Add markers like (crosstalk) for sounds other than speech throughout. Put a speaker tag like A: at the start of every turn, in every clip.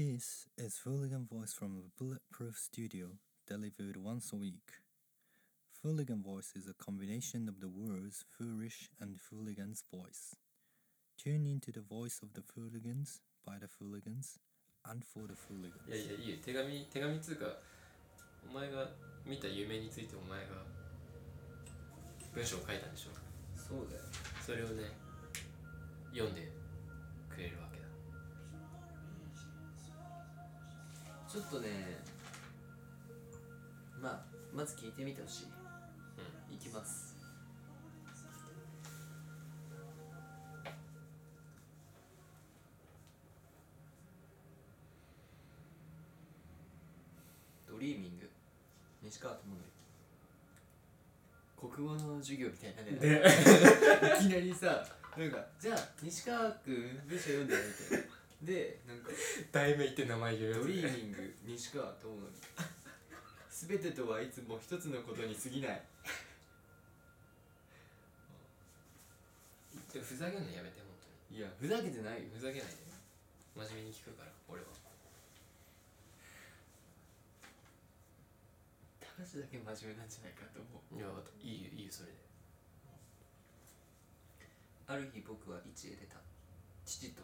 A: This is Fooligan Voice from the Bulletproof Studio, delivered once a week. Fooligan Voice is a combination of the words foolish and fooligan's voice. Tune into the voice of the fooligans, by the fooligans, and for the
B: いや
A: fooligans.
B: いやいいよ手紙手紙っつうかお前が見た夢についてお前が文章を書いたんでしょ
C: そうだよ
B: それをね読んでくれるわけだ
C: ちょっとねまあまず聞いてみてほしいいきますドリーミング西川智則国語の授業みたいなね (laughs) いきなりさなんかじゃあ西川君文章読んでみたいなでなんか
B: 題名って名前言
C: ドリーミング西川智則全てとはいつも一つのことに過ぎない
B: ふざけんのやめて本
C: いやふざけてな
B: 当
C: いよ
B: にふざけないで真面目に聞くから俺は
C: 高橋だけ真面目なんじゃないかと思う
B: いやいいよいいよそれで
C: ある日僕は市へ出た父と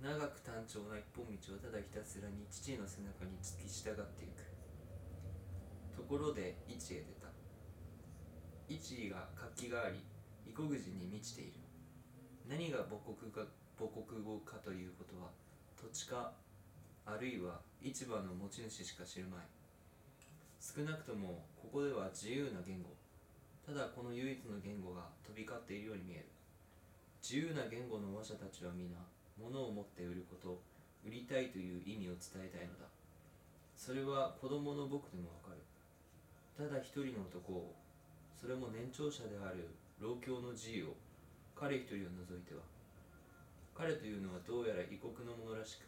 C: 長く単調な一本道をただひたすらに父の背中に突き従っていくところで市へ出た市が活気があり異国人に満ちている何が母国か母国語かということは土地かあるいは市場の持ち主しか知るまい少なくともここでは自由な言語ただこの唯一の言語が飛び交っているように見える自由な言語の話者たちは皆物を持って売ること売りたいという意味を伝えたいのだそれは子供の僕でもわかるただ一人の男をそれも年長者である老教の自由を彼一人を除いては彼というのはどうやら異国のものらしく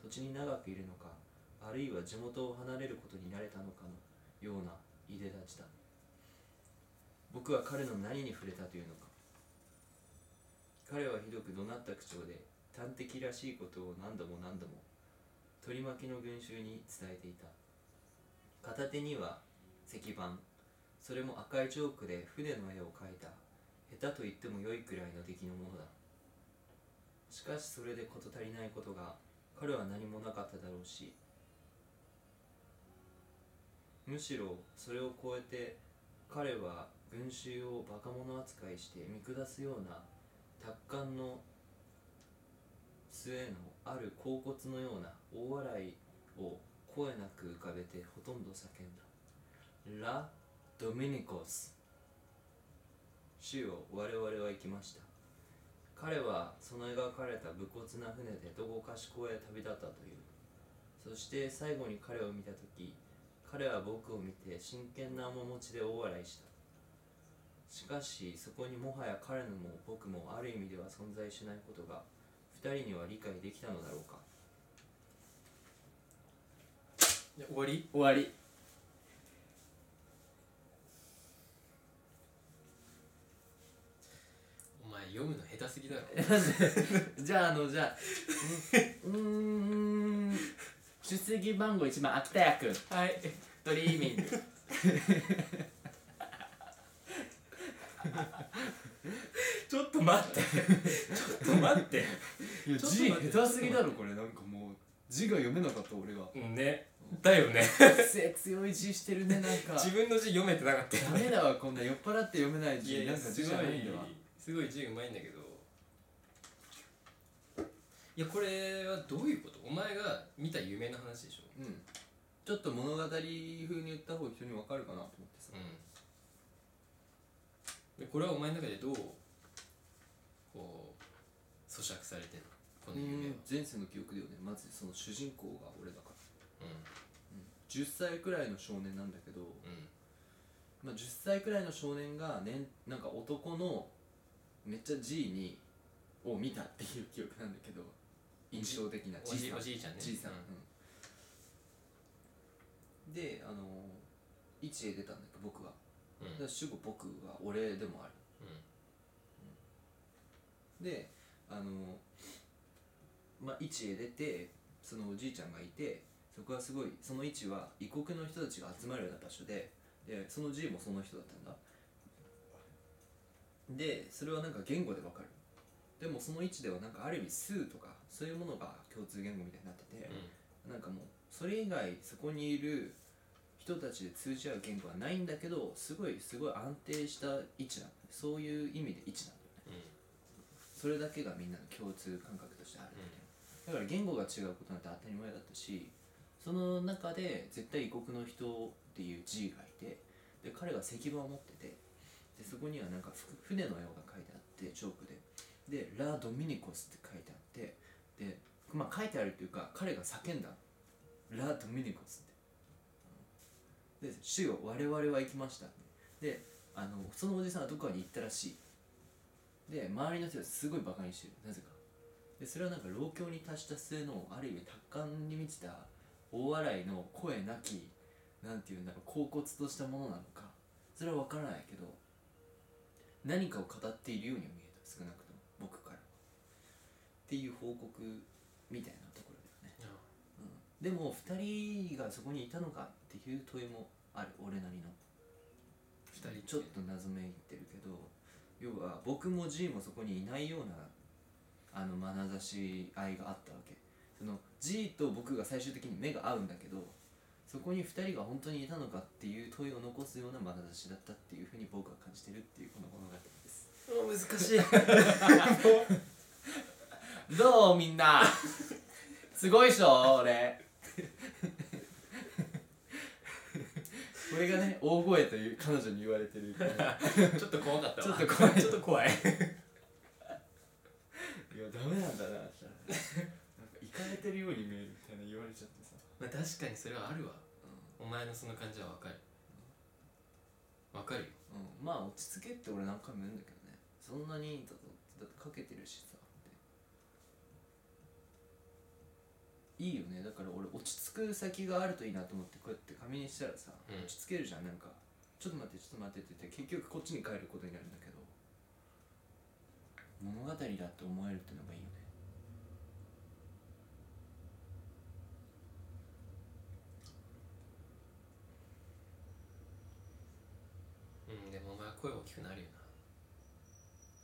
C: 土地に長くいるのかあるいは地元を離れることになれたのかのようないでたちだ僕は彼の何に触れたというのか彼はひどく怒鳴った口調で端的らしいことを何度も何度も取り巻きの群衆に伝えていた片手には石板それも赤いチョークで船の絵を描いた下手と言っても良いくらいの出来のものだしかしそれで事足りないことが彼は何もなかっただろうしむしろそれを超えて彼は群衆をバカ者扱いして見下すような達観の末のある恍惚のような大笑いを声なく浮かべてほとんど叫んだ。ラ・ドミニコス主よ我々は行きました彼はその描かれた武骨な船でどこかしこへ旅立ったというそして最後に彼を見た時彼は僕を見て真剣な面持ちで大笑いしたしかしそこにもはや彼のも僕もある意味では存在しないことが二人には理解できたのだろうか
B: 終わり
C: 終わり
B: お前読むの下手すぎだろ
C: じゃああのじゃ
D: (laughs)
C: あうーん出席番号1番秋田屋君
B: はい
C: ドリーミング
B: ちょっと待ってちょっと待って
D: いや
C: ちょっと
D: 字
C: 待って
D: 下手すぎだろこれなんかもう字が読めなかった俺が
B: うんねだよね
D: 癖強い字してるねなんか
B: 自分の字読めてなかったよ
D: (laughs) ダメだわこんな酔っ払って読めない字なんか
B: す
D: 字
B: ご
D: じゃないんだわ
B: すごい字うまいんだけどいやこれはどういうことお前が見た夢の話でしょ
D: うん
C: ちょっと物語風に言った方が人にわかるかなと思ってさ
B: うんでこれはお前の中でどうこう咀嚼されてるこの夢は
C: 前世の記憶だよねまずその主人公が俺だから
B: う
C: 10歳くらいの少年なんだけど、
B: んうん
C: まあ、10歳くらいの少年が、ね、なんか男のめっちゃ G にを見たっていう記憶なんだけど印象的な
B: おじ
C: G さん
B: おじいちゃんね
C: じいさん、
B: う
C: うんであの位置へ出たんだけど僕は
B: うん
C: だから主語僕は俺でもあるであのまあ位置へ出てそのおじいちゃんがいてそこはすごいその位置は異国の人たちが集まるような場所ででそのじいもその人だったんだでそれはなんか言語でわかるでもその位置ではなんかある意味数とかそういうものが共通言語みたいになってて、なんかもうそれ以外そこにいる人たちで通じ合う言語はないんだけどすごいすごい安定した位置なんだよそういう意味で位置なんだ
B: うん
C: よ
B: うん
C: それだけがみんなの共通感覚としてあるみたいなだから言語が違うことなんて当たり前だったしその中で絶対異国の人っていう G がいてで彼が石板を持っててでそこにはなんかふ船の絵が描いてあってチョークでで「ラ・ドミニコス」って書いてあってでまあ書いてあるというか彼が叫んだのラ・ドミニコスってで「主よ我々は行きました」であのそのおじさんはどこかに行ったらしいで周りの人はすごいバカにしてるなぜかでそれはなんか老境に達した末のある意味達観に満ちた大笑いの声なきなんていうんだろう恍惚としたものなのかそれは分からないけど何かを語っているようには見えた少なくとも僕からはっていう報告みたいなところだよね、
B: いや
C: うん、でも2人がそこにいたのかっていう問いもある俺なりの
B: 二人って
C: ちょっと謎めいてるけど要は僕も G もそこにいないようなあの眼差し合いがあったわけその G と僕が最終的に目が合うんだけどそこに2人が本当にいたのかっていう問いを残すような眼差しだったっていうふうに僕は感じてるっていうこの物語です
B: うん難しい
C: (laughs) どうみんなすごいっしょ俺これがね大声という彼女に言われてる
B: ちょっと怖かったわ
C: ちょっと怖い
B: ちょっと怖い
D: いやダメなんだなみたいななんか行かれてるように見えるみたいな言われちゃってさ
B: まあ確かにそれはあるわ、お前のその感じはわかるわかるよ
C: うん、まあ落ち着けって俺何回も言うんだけどねそんなにだとだってかけてるしさっていいよねだから俺落ち着く先があるといいなと思ってこうやって紙にしたらさ、
B: うん
C: 落ち着けるじゃんなんかちょっと待ってちょっと待ってって言って結局こっちに帰ることになるんだけど物語だって思えるってのがいいよね
B: うんでもお前は声大きくなるよ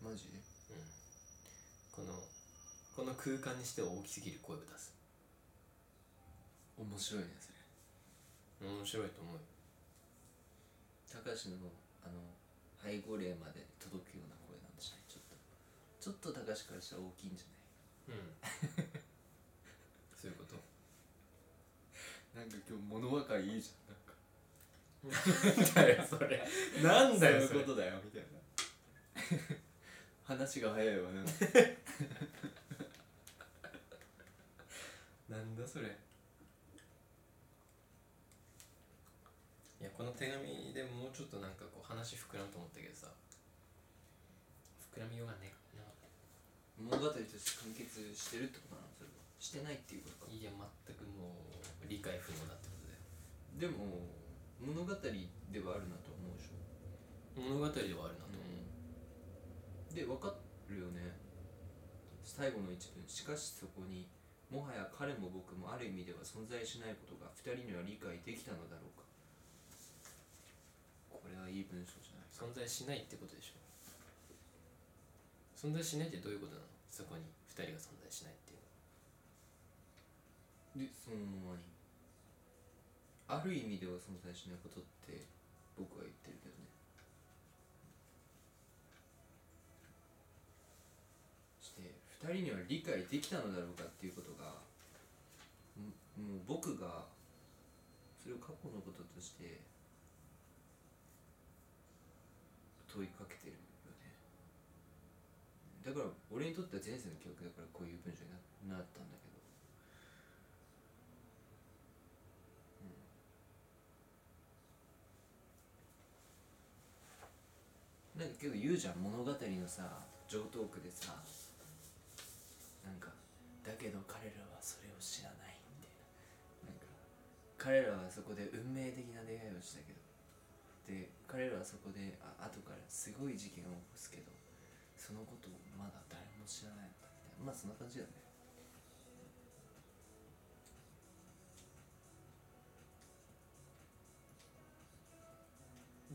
B: な
C: マジで
B: うんこのこの空間にしては大きすぎる声を出す
C: 面白いねそれ
B: 面白いと思うよ
C: 高橋のあの背後霊まで届くような声なんでしょちょっとちょっと高橋からしたら大きいんじゃな
B: (laughs)
C: い
B: うんそういうこと
D: なんか今日物若いいいじゃんなんか
B: だよそれ
D: なん
B: だよ
D: そういうことだよみた
C: (laughs)
D: いな話が早いわなんか
B: なんだそれいやこの手紙でもうちょっとなんかこう話膨らむと思ったけどさ膨らみようがねえな
C: 物語として完結してるってことなのそれはしてないっていうことか
B: いや全くもう理解不能だってことだよ
C: でも物語ではあるなと思うでしょ
B: 物語ではあるなと思う、
C: で分かるよね最後の一文しかしそこにもはや彼も僕もある意味では存在しないことが二人には理解できたのだろうかこれはいい文章じゃない
B: 存在しないってことでしょ存在しないってどういうことなのそこに2人が存在しないっていう
C: でそのままにある意味では存在しないことって僕は言ってるけどねそして2人には理解できたのだろうかっていうことがんもう僕がそれを過去のこととして問いかけてるよねだから俺にとっては前世の記憶だからこういう文章にななったんだけどなんかけど言うじゃん物語のさ上等句でさなんか「だけど彼らはそれを知らない」みたいななんか彼らはそこで運命的な出会いをしたけどで彼らはそこであ後からすごい事件を起こすけどそのことをまだ誰も知らないんだみたいなまあそんな感じだよね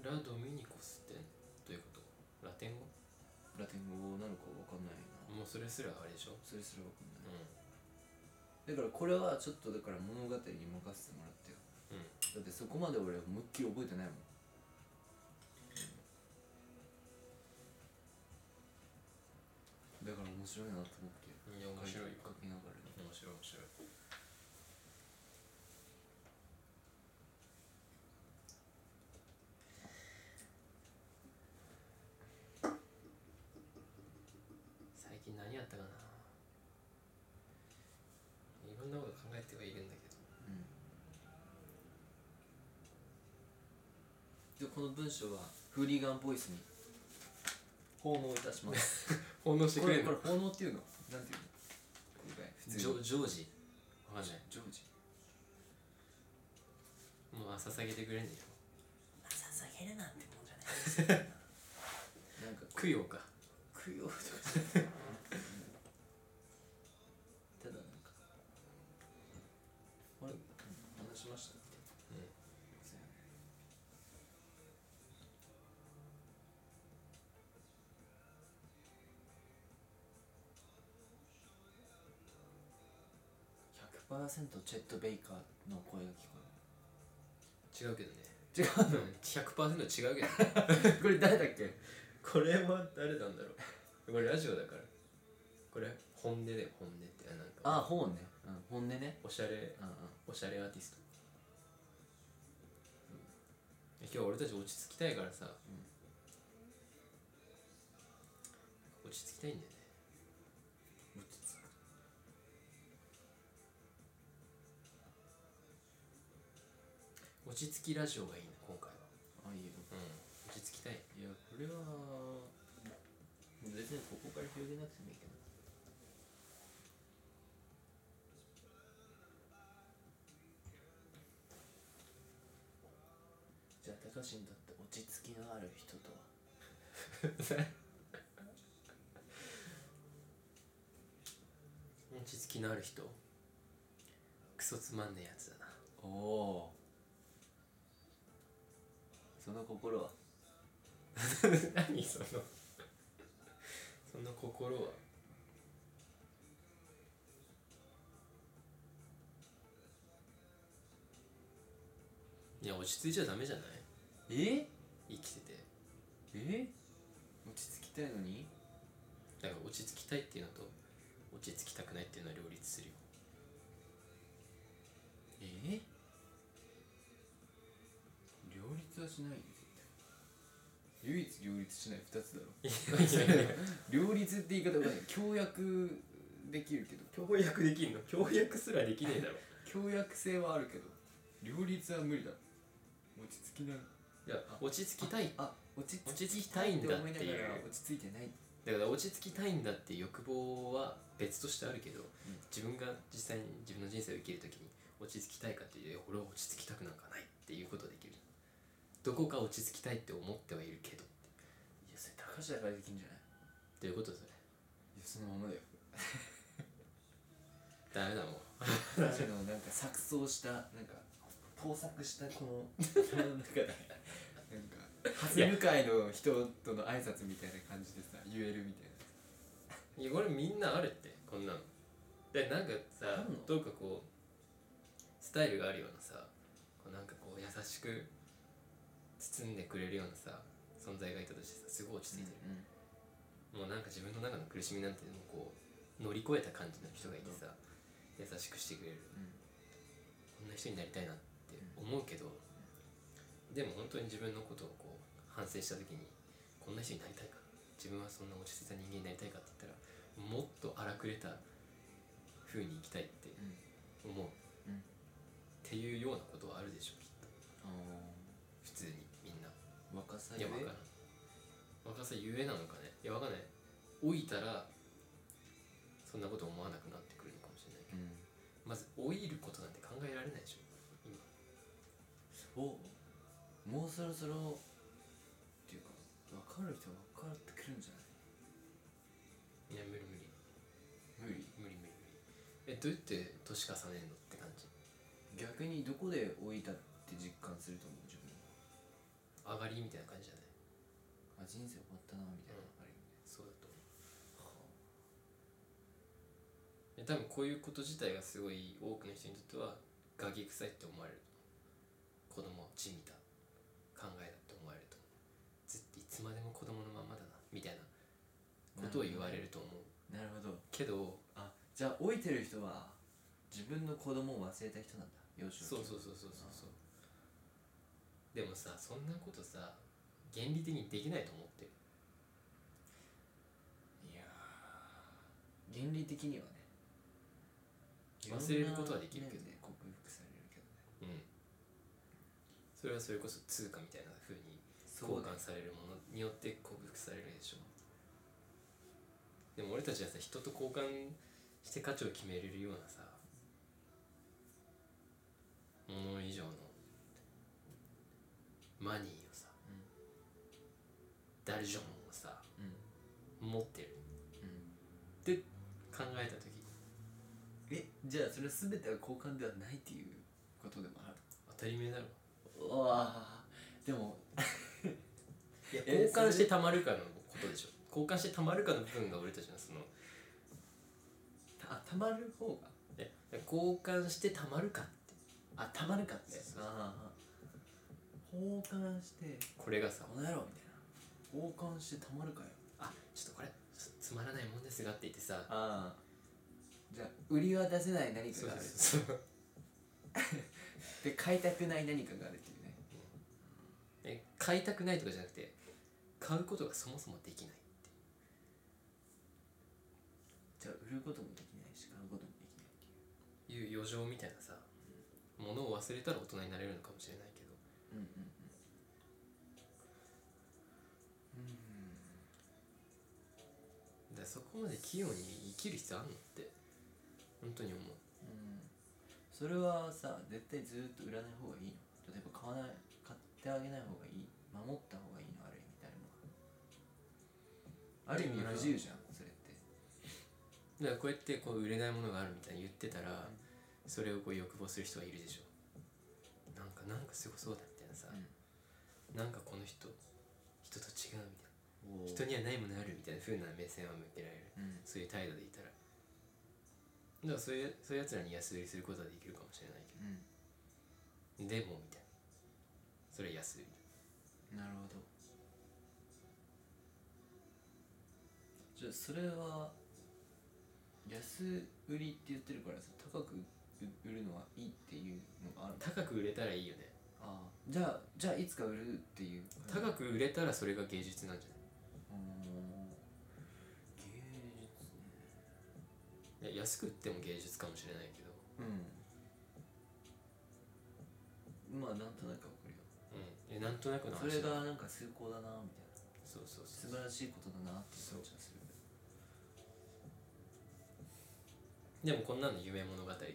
B: ラドミニコスってどういうことラテン語
C: ラテン語なのかわかんないな
B: もうそれすらあれでしょ
C: それすらわかんな
B: う
C: い
B: ん
C: だからこれはちょっとだから物語に任せてもらってよ
B: うん
C: だってそこまで俺は思いっきり覚えてないもんだから面白いなと思って
B: いや面白いよ
C: 書きながらね
B: 面白い面白い最近何やったかないろんなこと考えてはいるんだけど
C: うんでこの文章はフーリーガンボイスに奉納いたします
B: 奉納して
C: こ
B: くれ
C: れ
B: る
C: こ
B: の
C: れ奉納っていうのなんていうの今回
B: ジ
C: 普通
B: ョ
C: に
B: ジョージわかんない
C: ジョージ
B: もうあ捧げてくれんねよ
C: 捧げるなんてもんじゃ (laughs) ないなんか
B: 供養か
C: 供養とかただなんかあれ話しましたっけ
B: うん
C: 100%チェット・ベイカーの声が聞こ
B: 違うけどね
C: える違う
B: うん100%違うけどね
C: (laughs) これ誰だっけ
B: これは誰なんだろうこれラジオだからこれ本音で本音ってなんか
C: あ本ね、うん、本音ね
B: おしゃれ
C: うんうん
B: おしゃれアーティスト、今日俺たち落ち着きたいからさ、落ち着きたいんだよね
C: 落ち着く
B: 落ち着きラジオがいいな今回は
C: あいいよ
B: うん落ち着きたい
C: いやこれは別にここから広げなくてもいいけどじゃあ高橋にとって落ち着きのある人とは
B: 落ち着きのある人クソつまんねえやつだな
C: おおその心は
B: 何その (laughs) その心はね落ち着いちゃダメじゃない
C: え
B: 生きてて
C: え落ち着きたいのに
B: だから落ち着きたいっていうのと落ち着きたくないっていうのは両立するよ
C: え両立はしないよ絶対唯一両立しない2つだろ両立って言い方がね協約できるけど
B: 協約できんの協約すらできねえだろ
C: 協約性はあるけど両立は無理だ落ち着きない
B: (laughs) いや落ち着きたい
C: あ落ち着
B: 落ち着き
C: き
B: たいんだっ
C: 思い
B: て
C: なが
B: いう
C: ら落ち着いてない
B: だから落ち着きたいんだっていう欲望は別としてあるけど、自分が実際に自分の人生を生きるときに落ち着きたいかっていういや俺は落ち着きたくなんかないっていうことはできるどこか落ち着きたいって思ってはいるけど
C: いやそれ高橋だからできんじゃない
B: ということですね
C: いやそのままだよ
B: ダメだもん
C: 高橋のなんか錯綜したなんか交錯した (laughs) この頭の中でなんか初向かいの人との挨拶みたいな感じでさ言えるみたいない
B: やこれみんなあるってこんなのでなんか
C: あ
B: さ
C: んの
B: どうかこうスタイルがあるようなさこうなんかこう優しく包んでくれるようなさ存在がいたとしてさすごい落ち着いてる、もうなんか自分の中の苦しみなんてもうこう乗り越えた感じの人がいてさ、優しくしてくれるこんな人になりたいなって思うけど、でも本当に自分のことをこう反省した時にこんな人になりたいか自分はそんな落ち着いた人間になりたいかって言ったらもっと荒くれた風に生きたいって思う、
C: うん
B: っていうようなことはあるでしょきっと普通にみんな。
C: 若さ
B: いや、わからん。若さゆえなのかね。いや、わかんない。老いたら、そんなこと思わなくなってくるのかもしれないけど、
C: うん
B: まず老いることなんて考えられないでしょ。
C: おもうそろそろっていうか分かる人分かってくるんじゃ
B: いや、無理無理。
C: ない
B: 無
C: 無理
B: 理無理無理。え、どうやって年重ねるのって感じ。
C: 逆にどこで老いたって実感すると思う自分は
B: 上がりみたいな感じじゃない
C: あ人生終わったなみたいなのがあるよね
B: そうだと思うで
C: は
B: 多分こういうこと自体がすごい多くの人にとってはガキ臭いって思われる子供を地味た考えだって思われると思うずっといつまでも子供のまんまだなみたいなことを言われると思う
C: あなるほど
B: けど
C: あじゃあ老いてる人は自分の子供を忘れた人なんだ幼少期
B: そうそうそうそうそうそうでもさそんなことさ原理的にできないと思ってる
C: いやー倫理的にはね
B: 忘れることはできるけど
C: いろんな面で克服されるけど
B: うん
C: ね
B: それはそれこそ通貨みたいな風に
C: そ
B: 交
C: うだ
B: 換されるものによって克服されるでしょでも俺たちはさ人と交換して価値を決めれるようなさもの以上のマニーをさ、
C: うん
B: ダルジョンをさ
C: うん
B: 持ってる
C: うん
B: って考えた時
C: えじゃあそれは全ては交換ではないっていうことでもある
B: 当たり前だろ
C: うわーでも
B: いや
C: え
B: 交換してたまるかのことでしょ交換してたまるかの部分が俺たちのその
C: たあたまる方が
B: え交換してたまるかって
C: あたまるかって
B: そうそうそう
C: あー交換して
B: これがさ
C: この野郎みたいな交換してたまるかよ
B: あちょっとこれつつまらないもんですがって言ってさ
C: ああじゃあ売りは出せない何か
B: そう
C: があ
B: そう
C: る
B: そう
C: で買いたくない何かがあるっていうね
B: え買いたくないとかじゃなくて買うことがそもそもできないって
C: じゃあ売ることもできないし買うこともできないっていう
B: いう余剰みたいなさものを忘れたら大人になれるのかもしれないけど
C: うんうん
B: だからそこまで器用に生きる必要あんのって本当に思う
C: うんうんそれはさ絶対ずーっと売らない方がいいの例えば買わない買ってあげない方がいい守った方がいいのある意味誰もがある意味不自由じゃんそれって
B: だからこうやってこう売れないものがあるみたいに言ってたらそれをこう欲望する人がいるでしょなんかなんかすごそうだみたいなさ、なんかこの人人と違うみたいな
C: おー
B: 人にはないものあるみたいな風な目線は向けられる
C: うん
B: そういう態度でいたらだからそういうそういうやつらに安売りすることはできるかもしれないけ
C: うん
B: どでもみたいなそれ安売り
C: なるほどじゃあそれは安売りって言ってるからさ高く売売るのはいいっていうのがあるの
B: 高く売れたらいいよね
C: ああじゃあじゃあいつか売るっていう
B: 高く売れたらそれが芸術なんじ
C: うーん芸術
B: ゃな
C: ね
B: いいや安く売っても芸術かもしれないけど
C: うんまあなんとなくわかるよ
B: うんえなんとなくの
C: そ
B: 話
C: れがなんか崇高だなみたいな
B: そうそうそ
C: 素
B: う
C: 晴らしいことだなっていう感じがす
D: (laughs)
C: る
B: でもこんなの夢物語だよっ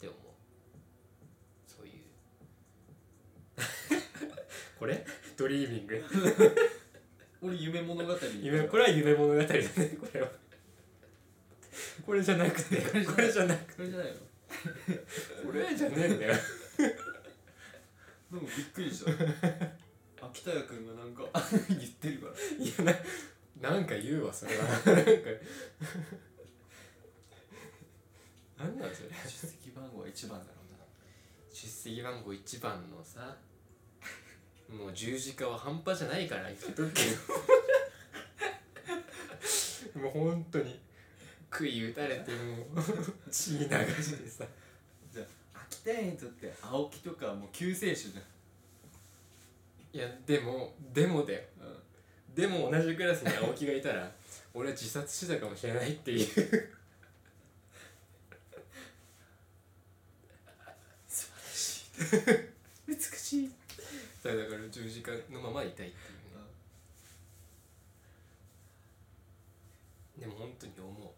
B: て思うそういう (laughs) これドリーミング
C: 俺 (laughs) 夢物語
B: 夢 (laughs) これは夢物語だねこれはこれじゃなくてこれじゃなく
C: それじゃ
D: (laughs)
C: ないの
B: これじゃねえんだよ
D: なんかびっくり
C: (laughs)
D: した秋田谷君がなんか言ってるから
B: いやななんか言うわそれはなんか (laughs) なんなんそれ
C: 出席番号は一番だろうな
B: 出席番号1番のさもう十字架は半端じゃないから言っとくけどもう本当 (laughs) に杭打たれてもう血流して (laughs) さ
D: 秋田屋にとって青木とかはもう救世主じ
B: いやでもでもだよ
D: ゃん、うん、
B: でも同じクラスに青木がいたら (laughs) 俺は自殺してたかもしれないっていう素晴らしい美しいだからだから十字架のままいたいっていうねでも本当に思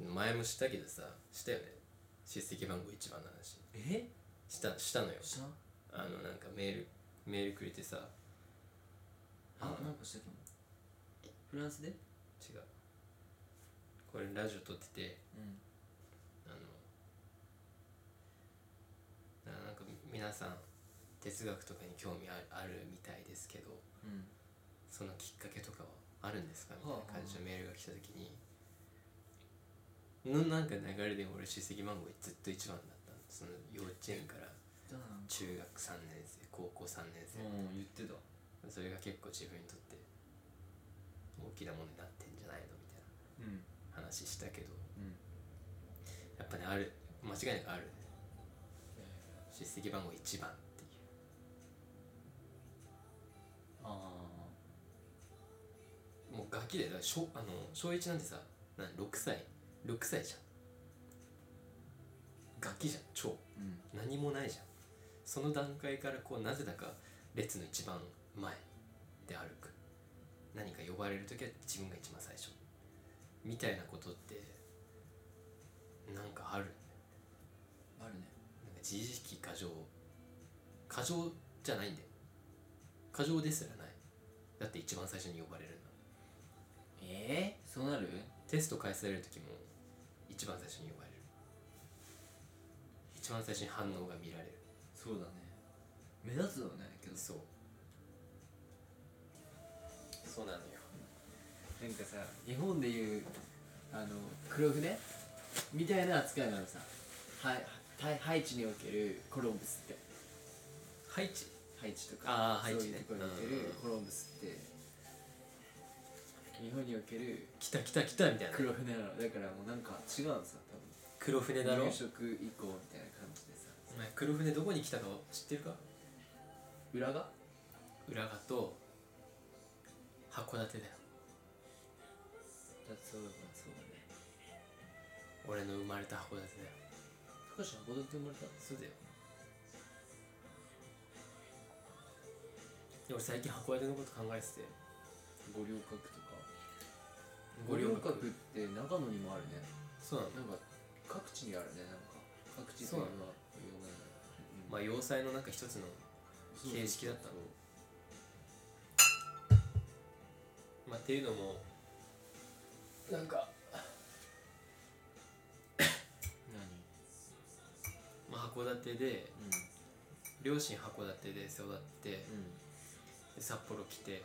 B: う前もしたけどさしたよね出席番号1番の話
C: え
B: したしたのよ
C: した
B: あのなんかメールメールくれてさ
C: あなんかしたっけもフランスで
B: 違うこれラジオ撮ってて
C: うん
B: あのななんか皆さん哲学とかに興味あるあるみたいですけど
E: うん
B: そのきっかけとかはあるんですかみたいな感じのメールが来た時にのなんか流れで俺出席番号ずっと一番だったのその幼稚園から
E: どうなの
B: 中学3年生高校3年生、
C: うん言ってた
B: それが結構自分にとって大きなものになってんじゃないのみたい
C: うん
B: な話したけど
C: うん
B: やっぱねある間違いなくあるね出席番号1番っていう
C: ああ
B: もうガキでだから小あの小1なんてさなん6歳6歳じゃんガキじゃん超
C: うん
B: 何もないじゃんその段階からこうなぜだか列の一番前で歩く何か呼ばれる時は自分が一番最初みたいなことってなんかある
C: あるね
B: なんか自意識過剰過剰じゃないんだよ過剰ですらないだって一番最初に呼ばれるんだ
C: ええそうなる
B: テスト返される時も一番最初に呼ばれる一番最初に反応が見られる
C: そうだね目立つよねけど
B: そうそうなのよ
C: なんかさ日本でいうあの黒船みたいな扱いなのさはいはいハイチにおけるコロンブスって
B: ハイチ
C: ハイチとか
B: あー
C: そう
B: ハイチ
C: いう
B: ね
C: ところにおけ
B: うん
C: るコロンブスって日本における
B: 来た来た来たみたいな
C: 黒船なのだからもうなんか違うのさ
B: 黒船
C: 多
B: だ
C: 分
B: ろ
C: 入職以降みたいな感じでさ
B: お前黒船どこに来たか知ってるか
C: 裏が
B: 浦賀と函館だよ
C: だそうだそうだね
B: 俺の生まれた函館だよ
C: 高橋函館生まれた
B: そうだよで俺最近函館のこと考えてて
C: 五稜郭とか
B: 五
C: 五
B: 稜
C: 稜
B: 郭
C: 郭って長野にもあるね
B: そうなの
C: なんか各地にあるねなんか各地
B: そうなの
C: の有名な
B: まあ要塞のなんか一つの
C: そう
B: 形式だったのまあっていうのもなんか、
C: 何
B: まあ、函館で両親函館で育ってで
C: うんうん
B: 札幌来て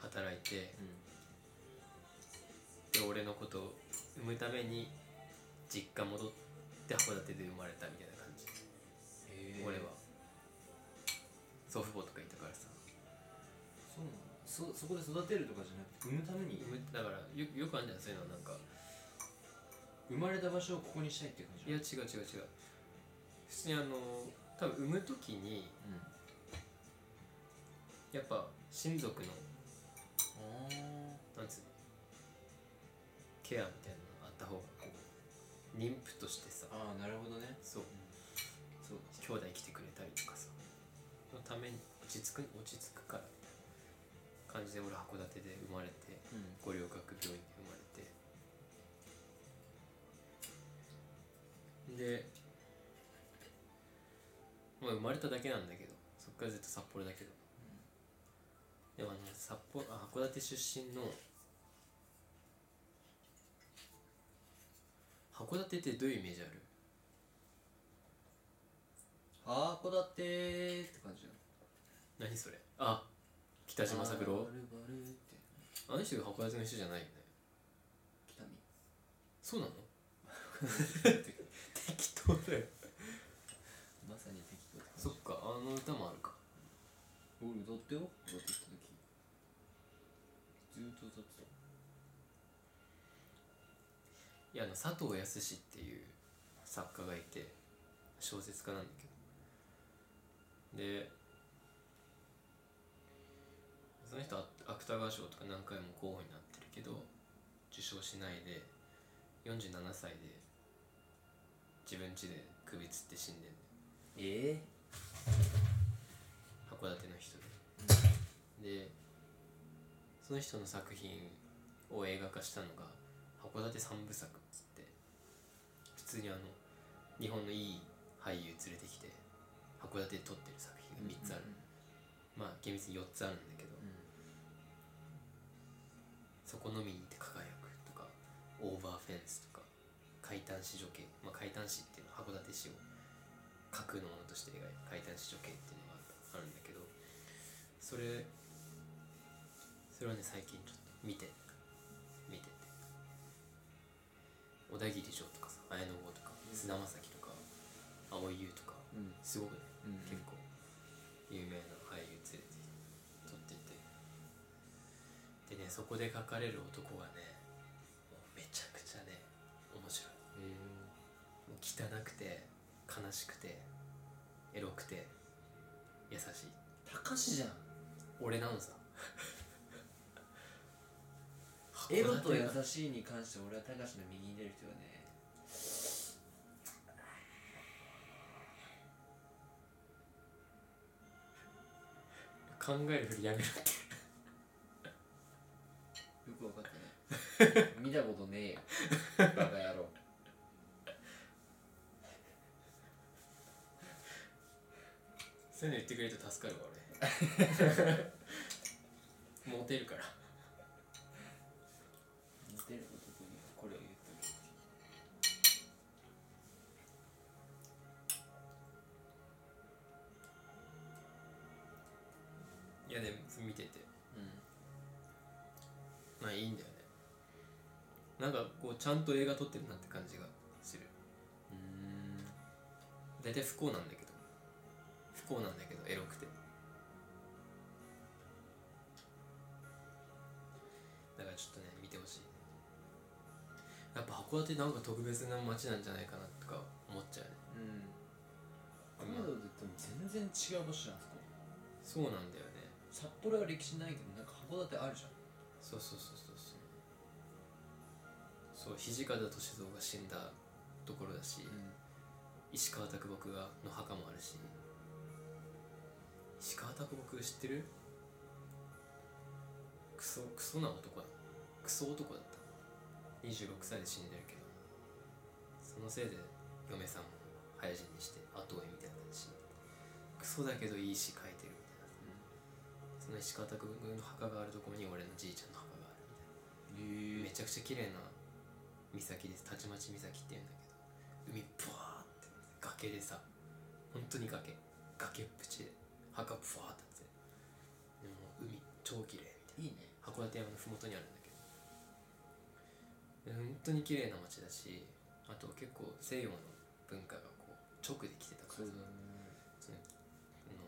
B: 働いて
C: うん
B: で俺のことを産むために実家戻って函館で生まれたみたいな感じ、
C: へえ
B: 俺は祖父母とかいたからさ
C: そうなのそそこで育てるとかじゃなくて産むために
B: 産むだからよよくあるんじゃんそういうのなんか
C: 生まれた場所をここにしたいっていう感
B: い
C: じ
B: や
C: な
B: 違う違う違う普通にあの多分産む時に
C: の
B: やっぱ親族の
C: うんあ
B: なんつうのケアみたいなのあった方がこう妊婦としてさ
C: あああなるほどね
B: そう
C: そうだ
B: 兄弟来てくれたりとかさのために落ち着く落ち着くからみたいな感じで俺函館で生まれて
C: うん
B: 五稜郭病院で生まれてで、まあ、生まれただけなんだけどそっからずっと札幌だけど、でもあの札幌あ函館出身の函館ってどういうイメージある
C: 函館って感じなの
B: 何それあ北島三郎
C: バルバルって
B: あの人が函館の人じゃないよね
C: 北見
B: そうなの適当だよ
C: まさに適当って感じ
B: そっかあの歌もあるか
C: 俺歌ってよ歌ってきた時ずーっと歌ってた
B: いやあの佐藤康っていう作家がいて小説家なんだけどでその人あ芥川賞とか何回も候補になってるけど受賞しないで47歳で自分家で首吊って死んでんの
C: ええ
B: 函館の人で、でその人の作品を映画化したのが函館三部作っつって普通にあの日本のいい俳優連れてきて函館で撮ってる作品が3つある、まあ厳密に4つあるんだけど、そこのみにて輝くとかオーバーフェンスとか海胆市女系、まあ、海胆市っていうのは函館市を架空のものとして描いた怪談史書系っていうのがあるんだけどそれそれはね最近ちょっと見て見てて小田切城とかさ綾野剛とか
F: うん
B: 菅田将暉とか蒼井優とか
C: うん
B: すごくね
F: うんうん
B: 結構有名な俳優連れて撮っていてでねそこで書かれる男がねもうめちゃくちゃね面白いもう汚くて悲しくてエロくて優しい
C: 高しじゃん
B: 俺なのさ
F: (laughs) エロと優
B: 函館が
F: しいに関して俺は高橋の右に出る人はね
B: 考えるふりやめろって
C: よくわかったね (laughs) 見たことねえよバカ野郎
B: そういうの言ってくれると助かるわ
F: (laughs)
B: 俺モテるから
C: 似てる男にはこれを言ってる
B: いやでも見てて
C: う
B: まあいいんだよねなんかこうちゃんと映画撮ってるなって感じがする
C: ん
B: 大体不幸なんだけど不幸なんだけどエロくてだからちょっとね見てほしいやっぱ函館なんか特別な街なんじゃないかなとか思っちゃうね
C: うんカナダで言っても全然違う場所じゃんあそ
B: そ
C: こ
B: うなんだよね
C: 札幌は歴史ないけどなんか函館あるじゃん
B: そうそうそうそうそうそう土方歳三が死んだところだし、石川啄木がの墓もあるし石川啄木知ってるクソクソな男だクソ男だった26歳で死んでるけどそのせいで嫁さんも早死にして後追いみたいな感じで死んでクソだけどいい詩書いてるみたいな、その石川啄木の墓があるところに俺のじいちゃんの墓があるみたいなめ
C: へ
B: ちゃくちゃ綺麗な岬です立ち待ち岬っていうんだけど海ブワーって崖でさ本当に崖崖っぷちで墓ブワーってあってでもう海超綺麗みたい
C: いいね
B: な函館山の麓にあるんだけどで本当に綺麗な街だしあと結構西洋の文化がこう直で来てたからさそのあの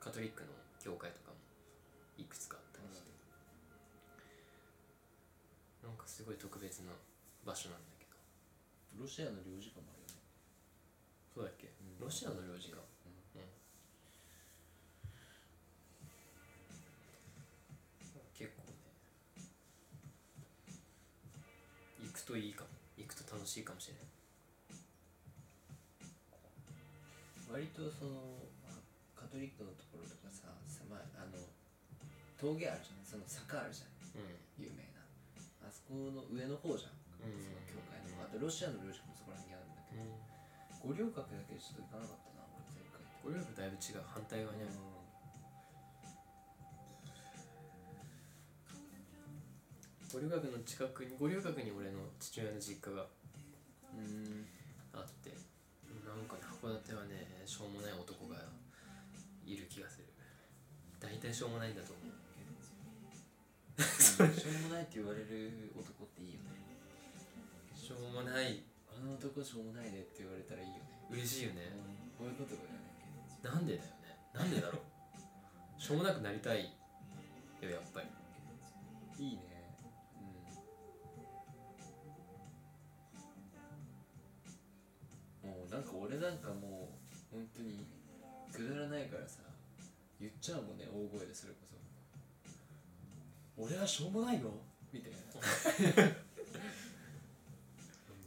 B: カトリックの教会とかもいくつかあったりして、なんかすごい特別な場所なんだけど
C: ロシアの領事館もあるよね
B: そうだっけ、ロシアの領事館うん、結構ね行くといいかも行くと楽しいかもしれない
C: 割とそのあカトリックのところとかささ、まあ、あの峠あるじゃんその坂あるじゃん有名なあそこの上の方じゃんその
B: うん
C: 教会のあとロシアの領事館もそこら辺にあるんだけど
B: うん、
C: 五稜郭だけちょっと行かなかったな俺前回
B: これよりだいぶ違う反対側にある、五稜郭の近くに五稜郭に俺の父親の実家が
C: うん
B: あってなんかね函館はねしょうもない男がいる気がする大体しょうもないんだと思う
C: しょうもないって言われる男っていいよね
B: しょうもない
C: あの男しょうもないねって言われたらいいよね
B: 嬉しいよね
C: こういうことがね
B: なんでだよねなんでだろ
C: (laughs)
B: うしょうもなくなりたいよやっぱり
C: いいねうんもうなんか俺なんかもう本当にくだらないからさ言っちゃうもんね大声でそれこそ俺はしょうもないのみたいな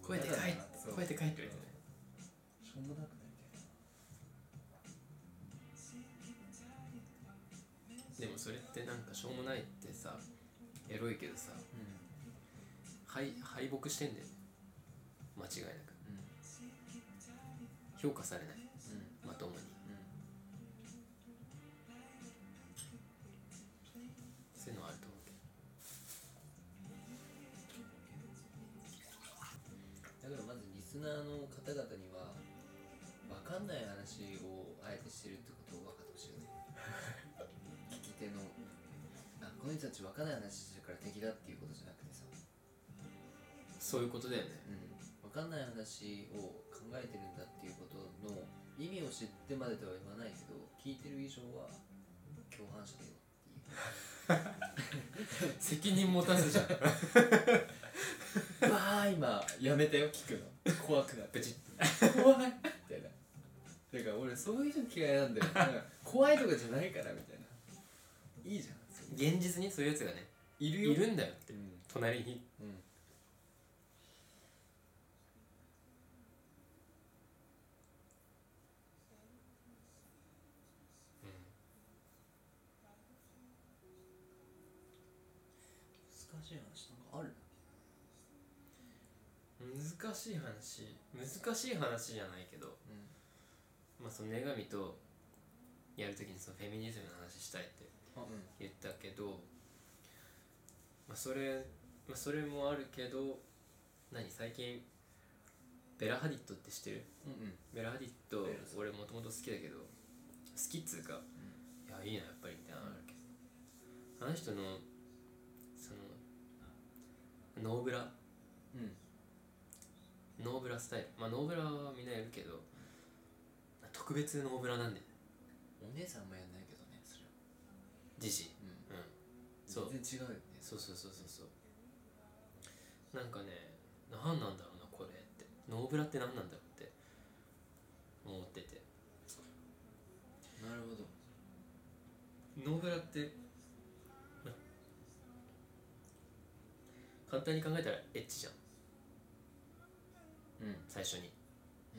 B: 声でかい
C: そう
B: 声でかいって言われてね
C: しょうもなくないみたいな
B: でもそれってなんかしょうもないってさエロいけどさ敗敗北してんだよね間違いなく
C: うん
B: 評価されない
C: うん
B: まともにそういうのはあると思うけど
C: だからまずリスナーの方々にはかんない話をあえてしてるってことを分かってほしいよね聞き手のあこの人たち分かんない話してるから敵だっていうことじゃなくてさ、う
B: そういうことだよね
C: ん、分かんない話を考えてるんだっていうことの意味を知ってまでとは言わないけど聞いてる以上は共犯者だよっていう
B: 責任持たずじゃん
C: わあ今やめたよ聞くの怖くなって
B: プチッ
C: 怖いみたいなだから俺そういう人嫌いなんだよなんか怖いとかじゃないからみたいないいじゃん
B: 現実にそういうやつがね
C: いる
B: いるんだよ
C: うん
B: 隣に
C: うん
G: 難しい話なんかある
B: 難しい話難しい話じゃないけど、まあその女神とやるときにそのフェミニズムの話したいって
C: あ
B: 言ったけど、まあ、それまあそれもあるけど何最近ベラ・ハディットって知ってる
C: うんうん
B: ベラ・ハディット
C: ベラさ
B: 俺もともと好きだけど好きっつうか、いやいいなやっぱりみたいなのあるけどあの人のそのノーブラ
C: うん
B: ノーブラスタイルまあノーブラはみんなやるけど特別ノーブラなんで
C: お姉さんもやんないけどねそれは
B: 自身
C: う
B: う
C: ん
B: んそう
C: 全然違うよね
B: そうそうそうそうそうなんかね何なんだろうなこれってノーブラって何なんだろうって思ってて
C: なるほど
B: ノーブラってま簡単に考えたらエッチじゃん
C: うん
B: 最初に、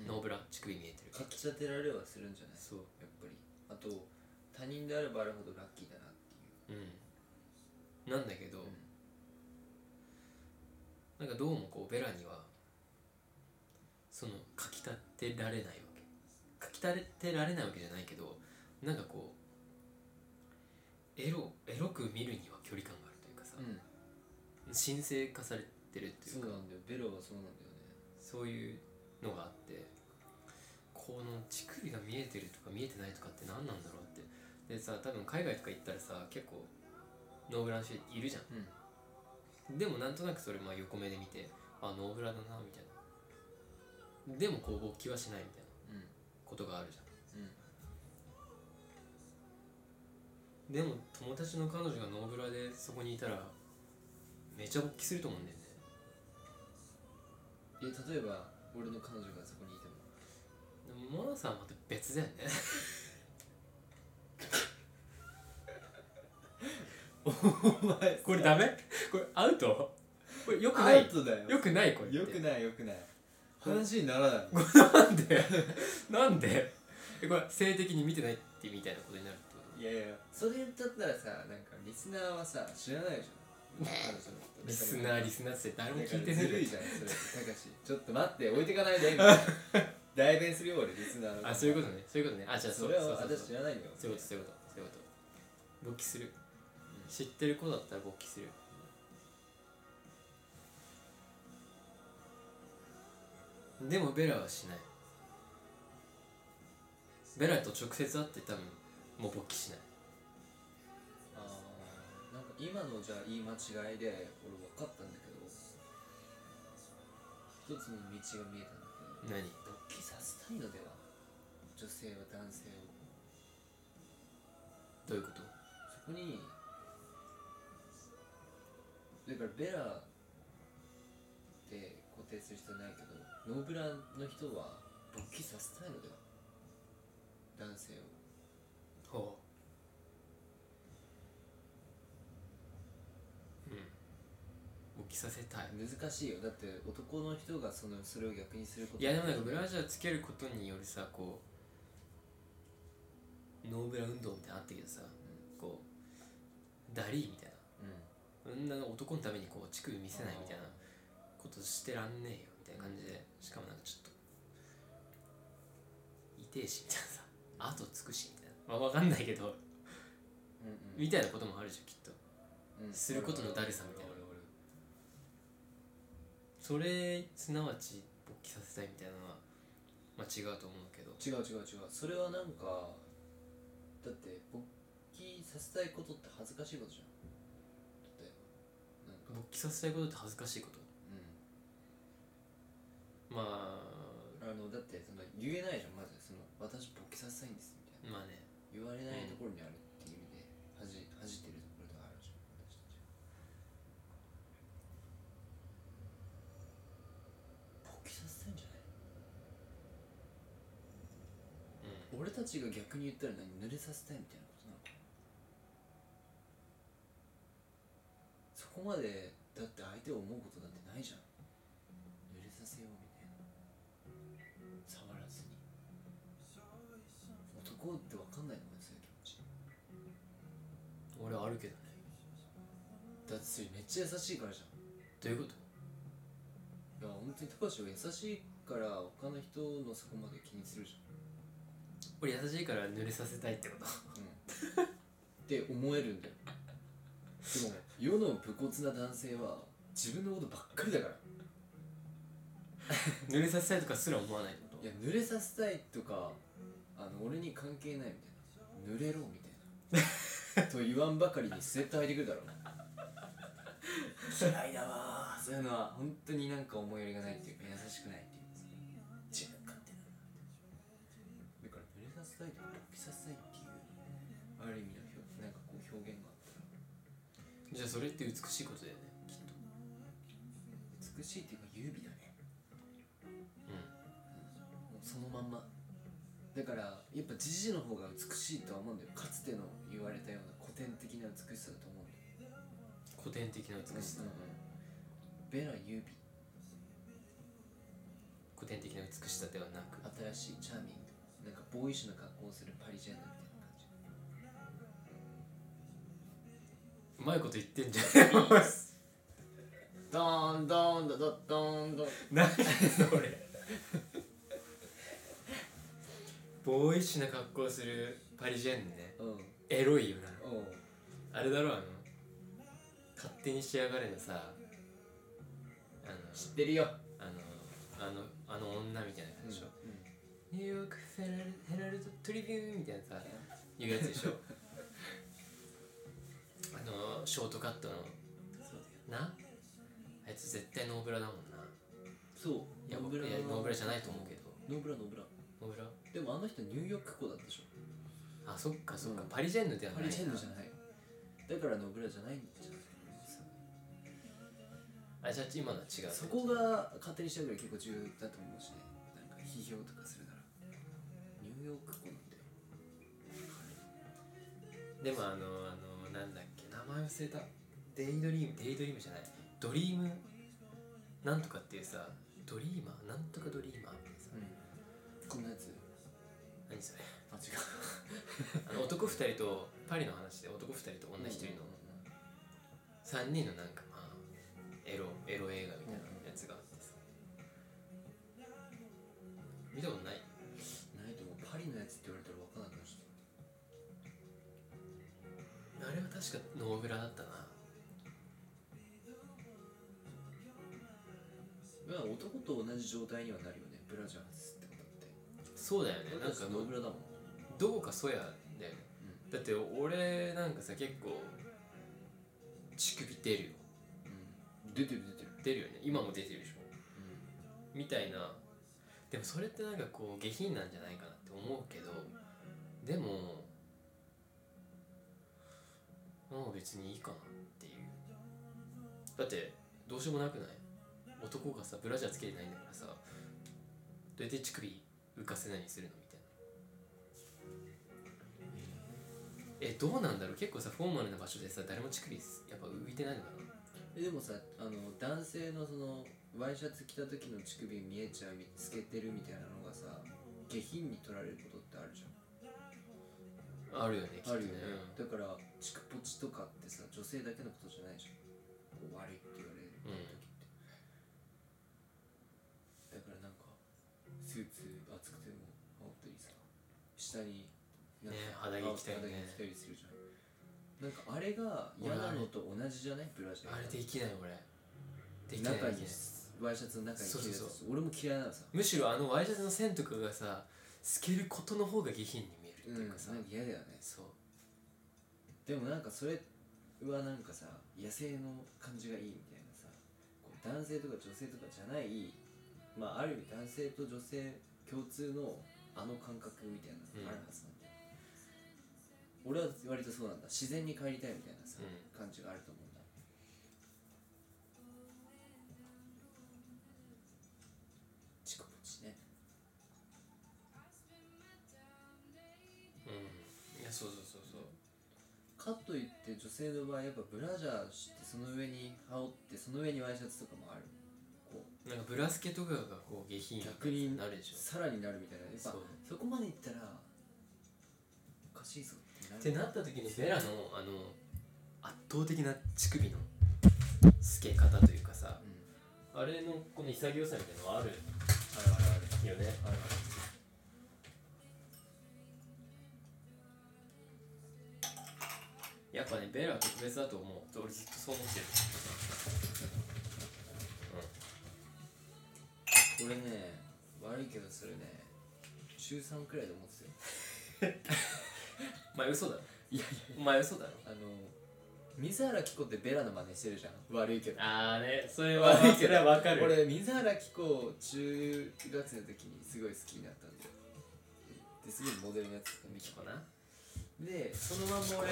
C: うん
B: ノーブラ乳首見えてる
C: かき立てられはするんじゃない
B: そう
C: やっぱりあと他人であればあるほどラッキーだなっていう
B: うんなんだけど、
C: ん
B: なんかどうもこうベラにはそのかきたてられないわけかきたてられないわけじゃないけどなんかこうエロエロく見るには距離感があるというかさ、
C: うん
B: 神聖化されてるってい
C: そうう
B: か
C: なんだよベロはそうなんだよね
B: そういうのがあってこの乳首が見えてるとか見えてないとかって何なんだろうってでさ多分海外とか行ったらさ結構ノーブラの人いるじゃん
C: うん
B: でもなんとなくそれまあ横目で見てあノーブラだなみたいなでもこう勃起はしないみたいな
C: うん
B: ことがあるじゃん
C: うん
B: でも友達の彼女がノーブラでそこにいたらめちゃ勃起すると思うんだよね
C: え例えば俺の彼女がそこにいても
B: でもモナさんはまた別
C: (laughs)
B: だよね
C: お前
B: これダメ (laughs) これアウトこれよく
C: ア
B: な
C: ウ
B: い
C: トだよ
B: よくないこれ
C: よくないよくない話にならな
B: (laughs)
C: い
B: なんで (laughs) なんでえこれ性的に見てないってみたいなことになるってこ
C: (laughs) いやいやそれだったらさなんかリスナーはさ知らないじゃん彼女のこと
B: とリスナーリ
C: ス
B: スナーって誰
C: ナ
B: も聞いて
C: な
B: ないい
C: ずるいじゃんそれたかしちょっと待って置いてかないでみたい
B: (laughs)
C: な代弁するよ俺リスナーのこと
B: あそういうことねそういうことねあじゃあそ
C: そうれは
B: そうそうそう
C: 私知らないよ
B: そういうことそういうことそういうこと勃起する、知ってる子だったら勃起するでもベラはしないベラと直接会って多分もう勃起しない
C: あーなんか今のじゃあ言い間違いで俺分かったんだけど一つの道が見えたんだけど
B: 何
C: 勃起させたいのでは女性は男性を
B: どういうこと
C: そこにだからベラって固定する必要ないけどノーブラの人は勃起させたいのでは男性を
B: ほううん勃起させたい
C: 難しいよだって男の人がそのそれを逆にすること
B: いやでもなんかブラジャーつけることによるさこうノーブラ運動みたいなのあったけどさ、こうダリーみたい
C: うん
B: な女の男のためにこう乳首見せないみたいなことしてらんねえよみたいな感じでしかもなんかちょっと痛えしみたいなさ後つくしみたいなまあわかんないけど
C: うんうん
B: みたいなこともあるじゃんきっと
C: うん
B: することのだるさみたいな
C: 俺俺
B: それ
C: 俺
B: すなわち勃起させたいみたいなのはまあ違うと思うけど
C: 違う違う違うそれはなんかだって勃起させたいことって恥ずかしいことじゃんだってなんか
B: 勃起させたいことって恥ずかしいこと
C: う
B: ま
C: んあのだってその言えないじゃんまずその私勃起させたいんですみたいな
B: あまあね
C: 言われないところにあるっていう意味で恥じ恥じてるところがあるじゃん私たちは勃起させたいんじゃない
B: うん
C: 俺たちが逆に言ったら何濡れさせたいみたいなことなのかなそこまでだって相手を思うことなんてないじゃん濡れさせようみたいな触らずに男って分かんないのかねそういう気持ち
B: 俺はあるけどね
C: だってそれめっちゃ優しいからじゃん
B: どういうこと
C: いや本当に高橋は優しいから他の人のそこまで気にするじゃん
B: 俺優しいから濡れさせたいってこと
C: って思えるんだよでも世の武骨な男性は自分のことばっかりだから
B: (laughs) 濡れさせたいとかすら思わないってこ
C: いや濡れさせたいとかあの俺に関係ないみたいな濡れろみたいな (laughs) と言わんばかりにスウェット履いてくるだろ嫌いだわーそういうのは本当になんか思いやりがないっていうか優しくないっていうか自分勝手なだから濡れさせたいとか勃起させたいっていうある意味の表なんかこう表現があったら
B: とじゃあそれって美しいことだよねきっと
C: 美しいっていうか優美だね
B: う
C: もうそのまんまだからやっぱジジイの方が美しいとは思うんだよかつての言われたような古典的な美しさだと思うんだ
B: ん
C: よ
B: 古典的な美しさ、
C: ベラ優美
B: 古典的な美しさではなく
C: 新しいチャーミングなんかボーイッシュな格好をするパリジェンヌみたいな感じ
B: うまいこと言って (laughs) んじゃん
C: ドーンドーンドドドーンドーン
B: 何それボーイッシュな格好をするパリジェンヌね
C: うんうん
B: エロいよなあれだろあの勝手に仕上がれのさあ
C: 知
B: の
C: ってるよ
B: あのあのあの女みたいなやつでしょ、
C: う
B: ニューヨークフェラルヘラルドトリビューンみたいなさいうやつで
C: (laughs)
B: しょあのショートカットのなあいつ絶対ノーブラだもんな
C: そう
B: いや
C: ノーブラ
B: いやノーブラじゃないと思うけど
C: ノーブラノーブラ
B: ノーブラ
C: でもあの人ニューヨークっ子だったでしょ
B: あそっかそっか、
C: うん
B: パリジェンヌではな
C: パ
B: い
C: リジェンヌじゃないだからノブラじゃないんじゃない
B: あじゃあ今のは違う
C: そこが勝手にしてる結構重要だと思うしねなんか批評とかするならニューヨークっ子なんだよ
B: でもあのあのなんだっけ名前忘れたデイドリームデイドリームじゃないドリームなんとかっていうさドリーマーなんとかドリーマーってさ、
C: うんこんなやつ
B: 何それ
C: あ違う
B: あの男2人とパリの話で男2人と女1人の3人のなんかまあエロエロ映画みたいなやつがあってさ見たことない
C: ないと思うパリのやつって言われたら分からなくなっちゃっ
B: あれは確かノーブラだったな
C: たまあ男と同じ状態にはなるよねブラジャーズってことって
B: そうだよねなん
C: 俺たち
B: か
C: ノ
B: ノ
C: ーブラだもん
B: どうかそやだよね、だって俺なんかさ結構乳首出るよ
C: うん出てる出てる
B: 出るよね今も出てるでしょ
C: う
B: みたいなでもそれってなんかこう下品なんじゃないかなって思うけどでももう別にいいかなっていうだってどうしようもなくない男がさブラジャーつけてないんだからさどうやって乳首浮かせないようにするのみたいなえどうなんだろう結構さフォーマルな場所でさ誰も乳首やっぱ浮いてないのかな
C: えでもさあの男性のそのワイシャツ着た時の乳首見えちゃうみ透けてるみたいなのがさ下品に取られることってあるじゃん
B: あるよねきっと
C: あ
B: ね
C: るよね、だからチクポチとかってさ女性だけのことじゃないじゃんこう悪いって言われる時って、だからなんかスーツ厚くても羽織ったりさ下になん
B: ね
C: か
B: 肌着着たりね
C: 肌着着たりするじゃんなんかあれが嫌なのと同じじゃないブラジャー
B: あれできない俺できない
C: 中
B: でき
C: に
B: ない
C: すワイシャツの中に着るやつ
B: そうそう
C: 俺も嫌いなのさ
B: むしろあのワイシャツの線とかがさ透けることの方が下品に見え
C: う
B: るっ
C: ん
B: て
C: な
B: うかさ、
C: いんか嫌だよね
B: そう
C: でもなんかそれはなんかさ野生の感じがいいみたいなさこう男性とか女性とかじゃないまあある意味男性と女性共通のあの感覚みたいなのがあるはずなんだよ、俺は割とそうなんだ自然に帰りたいみたいなさ、
B: う
C: 感じがあると思うんだチコポチね
B: うんいやそうそうそうそう
C: かといって女性の場合やっぱブラジャーしてその上に羽織ってその上にワイシャツとかもあるこう
B: なんかブラスケとかがこう下品
C: 逆に
B: なるでしょ
C: さらになるみたいなやっぱ
B: そう
C: そこまでいったらおかしいぞってな
B: っ
C: る
B: てなった時にベラのあの圧倒的な乳首の透け方というかさ
C: うん、
B: あれのこの潔さみたいなのはある
C: あるあるある
B: よね
C: ある
B: やっぱねベラは特別だと思う俺ずっとそう思ってる
C: あるこれね悪いけどそれね中3くらいで思ってたよ
B: まあ嘘だろ
C: いやい
B: お前嘘だろ
C: やあの水原希子ってベラの真似してるじゃん悪いけど
B: ああねそれ
C: は
B: は
C: そ
B: そ
C: れ
B: れ
C: は
B: はわかる
C: 俺水原希子中学生の時にすごい好きになったんだよですごいモデルのやつとか見
B: ミ
C: て
B: キコな
C: でそのまんま俺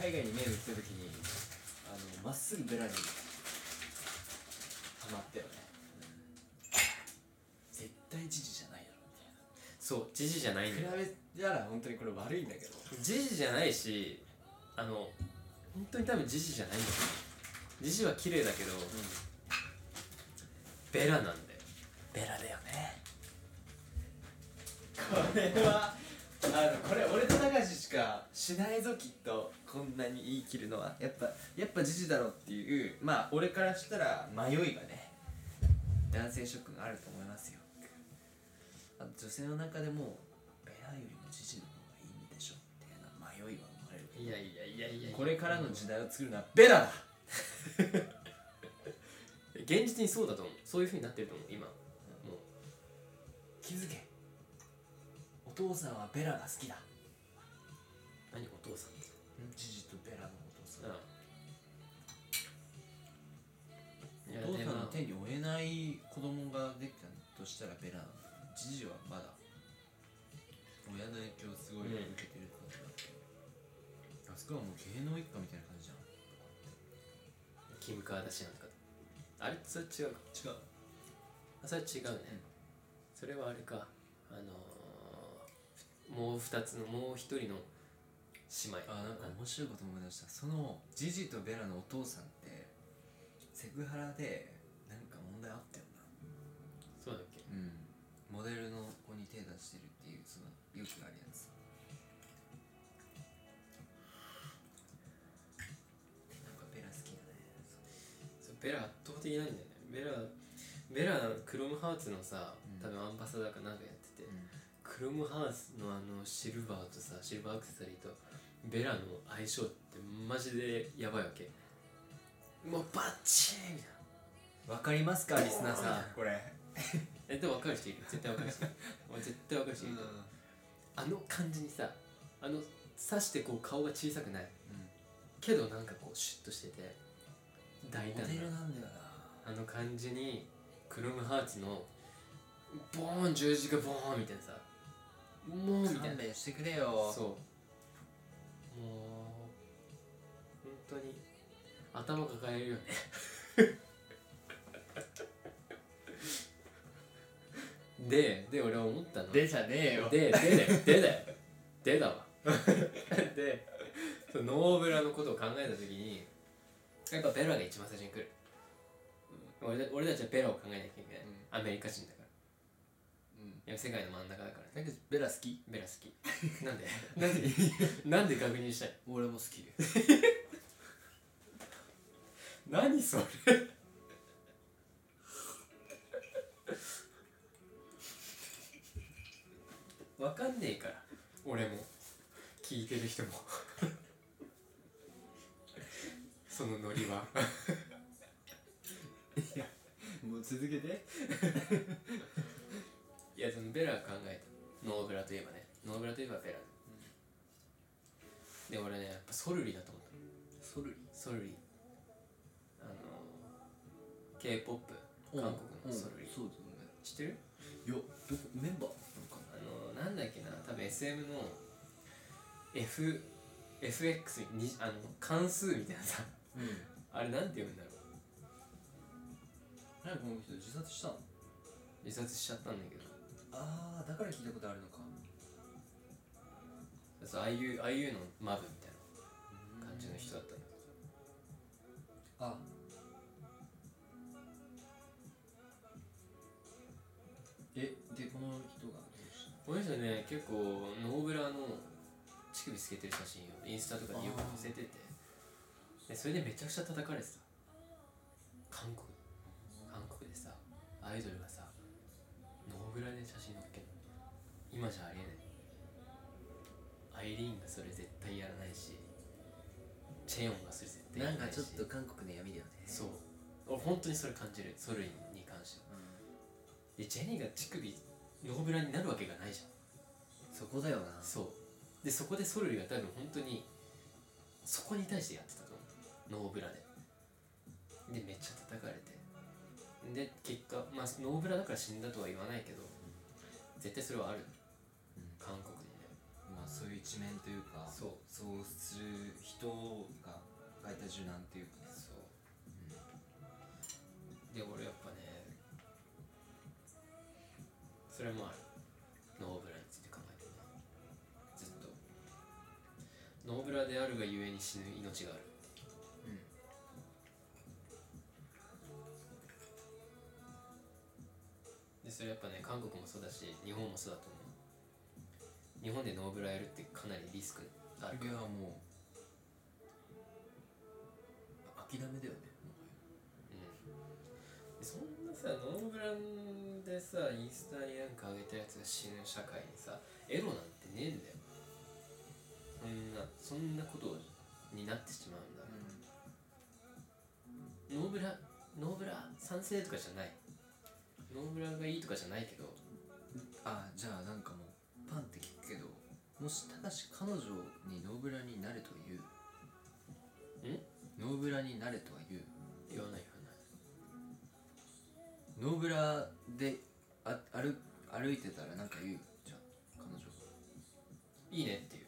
C: 海外に目を打った時にあのまっすぐベラにハマったよね絶対時事じゃないだろ
B: そうジジじゃないんだよ
C: みたいな比べたら本当にこれ悪いんだけど
B: ジジじゃないしあの本当に多分ジジじゃないんだよジジは綺麗だけど、ベラなんだよベラだよね
C: これはあのこれ俺と高橋しかしないぞきっとこんなに言い切るのはやっぱやっぱ時事だろっていうまあ俺からしたら迷いがね男性諸君あると思いますよあと女性の中でもベラよりも時事の方がいいんでしょみたいな迷いは生まれる
B: いやいやいやいや
C: これからの時代を作るのはベラだ
B: 現実にそうだと思うそういうふうになってると思う今もう
C: 気づけお父さんはベラが好きだん
B: 何お父さんって
C: 時事とベラのお父さん
B: うんいや
C: お父
B: で
C: さんの
B: も
C: 手に負えない子供ができたとしたらベラなのジジはまだ親の影響をすごい受けてる感じだって、あそこはもう芸能一家みたいな感じじゃん
B: キム・カーダシアンとかあれそれ違うか
C: 違う
B: あそれは違うね、
C: うん
B: それはあれかあのーもう二つのもう一人の姉妹
C: あなんか面白いこと思い出したそのジジとベラのお父さんってセクハラでなんか問題あったよな
B: そうだっけ
C: うんモデルの子に手出してるっていうそのよくあるやつなんかベラ好きだね
B: そうベラ圧倒的なんだよねベラベラクロムハーツのさ
C: うん
B: 多分アンバサダーかなんかやってて、
C: う
B: クロムハーツのあのシルバーとさシルバーアクセサリーとベラの相性ってマジでやばいわけもうバッチリみたいなん
C: わかりますかリスナー
B: お
C: さん
B: ー
C: これ
B: 絶対分かる人いる絶対分かる人い
C: (laughs)
B: るもう絶対分かる人いる、あの感じにさあの刺してこう顔が小さくないけどなんかこうシュッとしてて大
C: モデ
B: 胆
C: ル
B: な
C: なんだよな
B: あの感じにクロムハーツのボーン十字架ボーンみたいなさもうみたい
C: 勘
B: な
C: 弁してくれよ
B: そうもう本当に頭抱えるよね (laughs) でで俺思ったの
C: でじゃねえよ
B: で、でだよ、でだよ、でだわ。 (laughs) で、そのノーブラのことを考えたときに、やっぱベラが一番最初に来る。俺た俺たちはベラを考えなきゃいけない。アメリカ人だから。
C: うん
B: いや世界の真ん中だからね。
C: だけどベラ好き
B: ベラ好 (laughs) き。なんでなんでなんで確認したい
C: 俺も好き
B: 何それわかんねえから俺も聞いてる人もそのノリは
C: もう
D: 続けて
B: いやそのベラが考えたノーブラといえばねノーブラといえばベラ、で俺ねやっぱソルリだと思った
D: ソルリ
B: ソルリあの k p o p 韓国のソルリ
D: そうです
B: 知ってる
D: ねいやどこメンバー
B: あのなんだっけな多分 SM の F FX ににあの関数みたいなさ (laughs)
D: うん
B: あれなんて読むんだろう
D: 何この人自殺したの
B: 自殺しちゃったんだけど
D: ああだから聞いたことあるのか
B: そうああいうああいうのマブみたいな感じの人だったんだ
D: あえでこの人がどうし
B: この人ね結構ノーブラの乳首つけてる写真をインスタとかによく載せててでそれでめちゃくちゃ叩かれてた韓国韓国でさアイドルがさノーブラで写真載っけるの今じゃありえないアイリーンがそれ絶対やらないしチェヨンがそれ絶対や
C: なん
B: ら
C: か
B: ないし
C: ちょっと韓国の闇だよね
B: そう俺本当にそれ感じるソルイに関してはでジェニーが乳首ノーブラになるわけがないじゃん
C: そこだよな
B: そうでそこでソルリが多分本当にそこに対してやってたと思うノーブラででめっちゃ叩かれてで結果まあノーブラだから死んだとは言わないけど絶対それはある、
C: うん
B: 韓国にね
C: まあそういう一面というか
B: そう
C: そうする人が抱いた柔軟っていうかね
B: そう、で俺やっぱねそれもあるノーブラについて考えてねずっとノーブラであるがゆえに死ぬ命があるでそれやっぱね韓国もそうだし日本もそうだと思う日本でノーブラやるってかなりリスクある
C: いやもう諦めだよね
B: うんそんなさノーブランでさインスタになんか上げたやつが死ぬ社会にさエロなんてねえんだよそんなそんなことになってしまうんだ、ノーブラノーブラ賛成とかじゃないノーブラがいいとかじゃないけど
C: あじゃあなんかもうパンって聞くけどもしただし彼女にノーブラになれとは言
B: ん
C: うノーブラになれとは言う
B: 言わないよ
C: ノーブラであ歩歩いてたらなんか言うじゃあ彼女
B: いいねっていう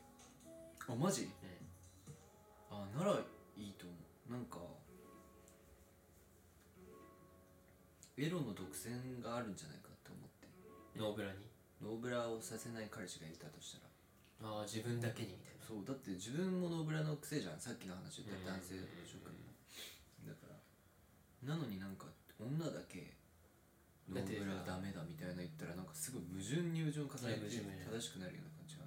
C: あマジ
B: うん
C: あならいいと思うなんかエロの独占があるんじゃないかって思って
B: ノーブラに
C: ノーブラをさせない彼氏がいたとしたら
B: ああ自分だけにみたいな
C: そうだって自分もノーブラの癖じゃんさっきの話言った男性
B: うん
C: の紹介だからなのになんか女だけノ
B: だって
C: ーブラダメだみたいな言ったらなんかすごい矛盾に矛盾を重ね
B: い
C: て
B: や矛盾
C: 正しくなるような感じ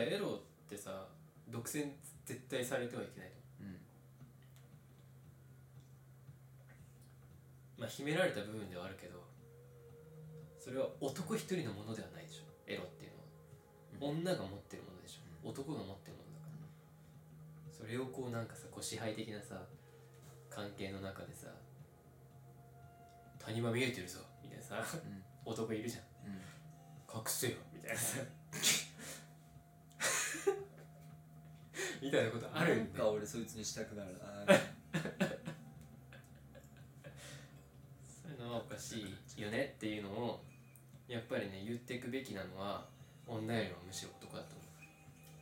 C: が
B: だから
C: あるじ
B: エロってさ独占絶対されてはいけないとま
C: ゃん
B: あ秘められた部分ではあるけどそれは男一人のものではないでしょエロっていうのは、女が持ってるものでしょ、男が持ってるものだから、それをこうなんかさこう支配的なさ関係の中でさ「谷間見えてるぞ」みたいなさ、男いるじゃん
C: うんうん
B: 隠せよみたいな (laughs) さみたいなことあるんだよ
C: なんか俺そいつにした
B: (laughs)
C: くなるな
B: そういうのはおかしいよねっていうのをやっぱりね言っていくべきなのは女よりもむしろ男だと思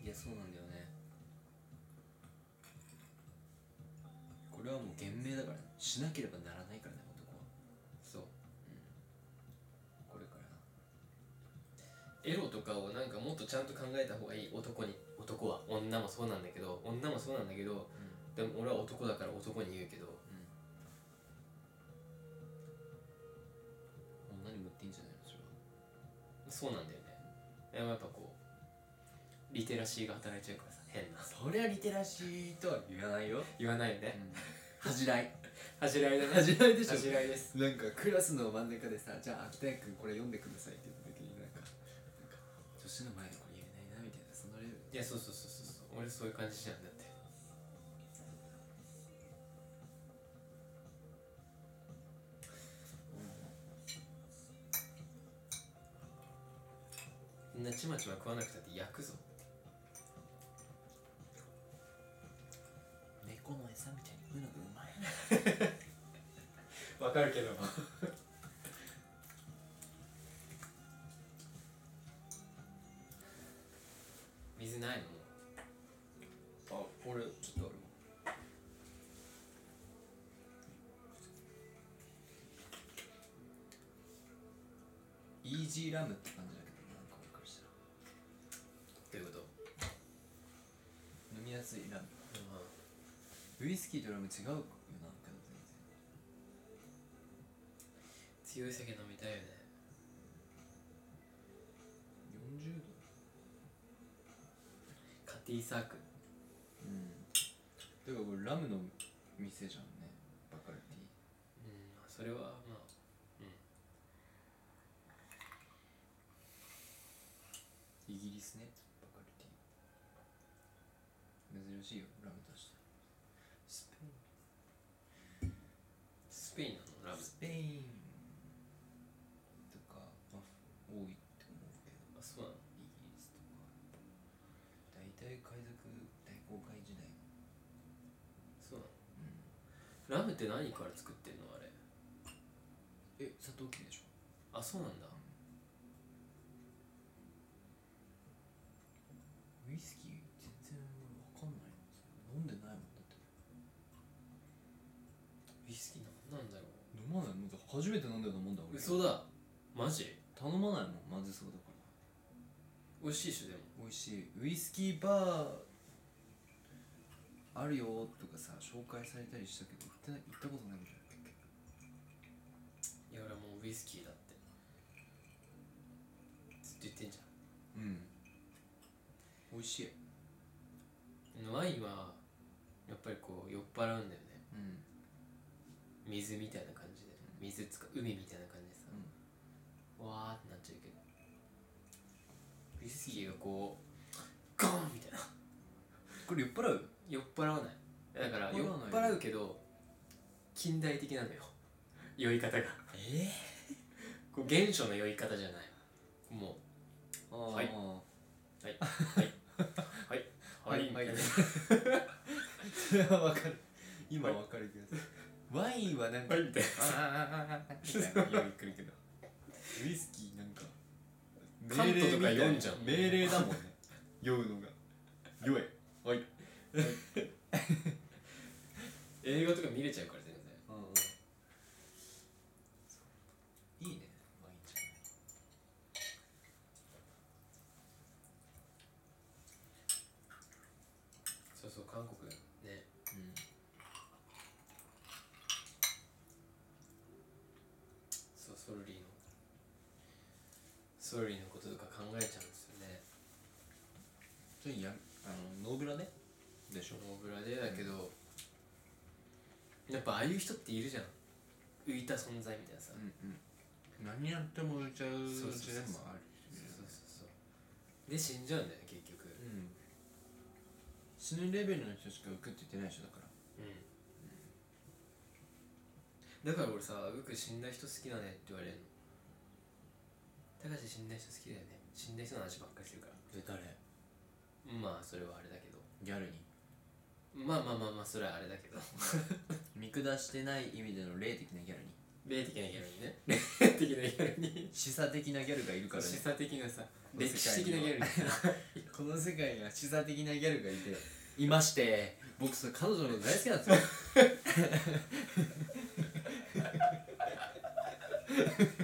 B: う
C: いやそうなんだよねこれはもう厳命だからねしなければならないからね男は
B: そう
C: これから
B: エロとかをなんかもっとちゃんと考えた方がいい男に男は女もそうなんだけど女もそうなんだけど、でも俺は男だから男に言うけど
C: 女に向っていいんじゃないのそれは
B: そうなんだよねでもやっぱこうリテラシーが働いちゃうからさ変な
C: そりゃリテラシーとは言わないよ、
B: 言わないよね
C: 恥じらい
B: 恥じらいだね
C: 恥じらいでしょ
B: 恥じらいです
C: なんかクラスの真ん中でさじゃあ秋田君これ読んでくださいって言った時になんかなんか女子の前でこれ言えないなみたいなそのレベル
B: いやそうそうそうそうそう俺そういう感じじゃんだってみんなちまちま食わなくたって焼くぞ
C: 猫の餌みたいに食うのがうまいな
B: わかるけど水ないのも
C: あ俺ちょっとあるイージーラムって感じだけどなんか分かるしたら
B: うどういうこと
C: 飲みやすいラムウイスキーとラム違うよなけど全
B: 強
C: 然
B: い酒飲みたいよね
C: 40度
B: カティサーク
C: うんてかこれラムの店じゃんねバカルテ
B: う
C: ィ
B: んそれはまあ
C: イギリスねバカルティ珍しいよラムとしてスペイン
B: スペインなのラム
C: スペインとか、まあ、多いって思うけど
B: あそうなの
C: イギリスとか大体海賊大航海時代
B: そうなのラムって何から作ってんのあれ
C: え砂糖切りでしょ
B: あそうなんだ
C: ウイスキー全然わかんない飲んでないもんだって
B: ウイスキーなんなんだろ
C: 飲まないもんだ初めて飲んだようなもんだ
B: う
C: 俺
B: 嘘だマジ
C: 頼まないもんまずそうだから
B: 美味しいっしょでも
C: 美味しいウイスキーバーあるよとかさ紹介されたりしたけど行ってない行ったことないんだよ
B: いや俺はもうウイスキーだってずっと言ってんじ
C: うん美味しい
B: ゃんワインはやっぱりこう酔っ払うんだよね
C: うん
B: 水みたいな感じで水つか海みたいな感じでさ、わーってなっちゃうけどウイスキーがこうゴーンみたいな
C: これ酔っ払う
B: 酔っ払わないだから酔
C: 酔
B: っ
C: っ払わない
B: 払うけど近代的なのよ酔い方が
C: え
B: こう原初の酔い方じゃないも
C: ああ
B: はいう
C: はい
B: みたいな
C: (laughs) はいそれはわかる今わかるけどワインはなんか
B: はいみ (laughs) たいな
C: あああああみたいなよく来るけどウイスキーなんか
B: カントとか読ん
C: みた
B: じ
C: い
B: ゃ
C: な
B: う
C: 命令だもんね酔うのが酔えはい
B: 映画とか見れちゃうから全然
C: うんうんいいねワインじ
B: そうそう韓国ね
C: ゃないうん
B: そうソルリーのソルリーのこととか考えちゃうんですよね
C: それやあのノーブラねでしょ
B: ノーブラでだけど、やっぱああいう人っているじゃん浮いた存在みたいなさ、
C: うん何やっても売れちゃう
B: そうそうそう
C: 時代もあるし
B: そうそうそうそうで死んじゃうんだよね結局
C: うん死ぬレベルの人しか浮くって言ってない人だか
B: うんだ
C: ら
B: から俺さ「うく死んだ人好きだね」って言われるの「たかし死んだ人好きだよね死んだ人の話ばっかりするから
C: え誰」
B: まあそれはあれだけど
C: ギャルに
B: まあまあまあまあそれはあれだ (laughs) けど
C: 見下してない意味での霊的なギャルに
B: 霊的なギャルに (laughs) ね霊的なギャルに
C: 示唆的なギャルがいるからね
B: 示唆的なさ
C: この世界には
B: 歴史的なギャルにさ
C: この世界には示唆的なギャルがいていまして僕その彼女のこと大好きなんですよ
B: (laughs)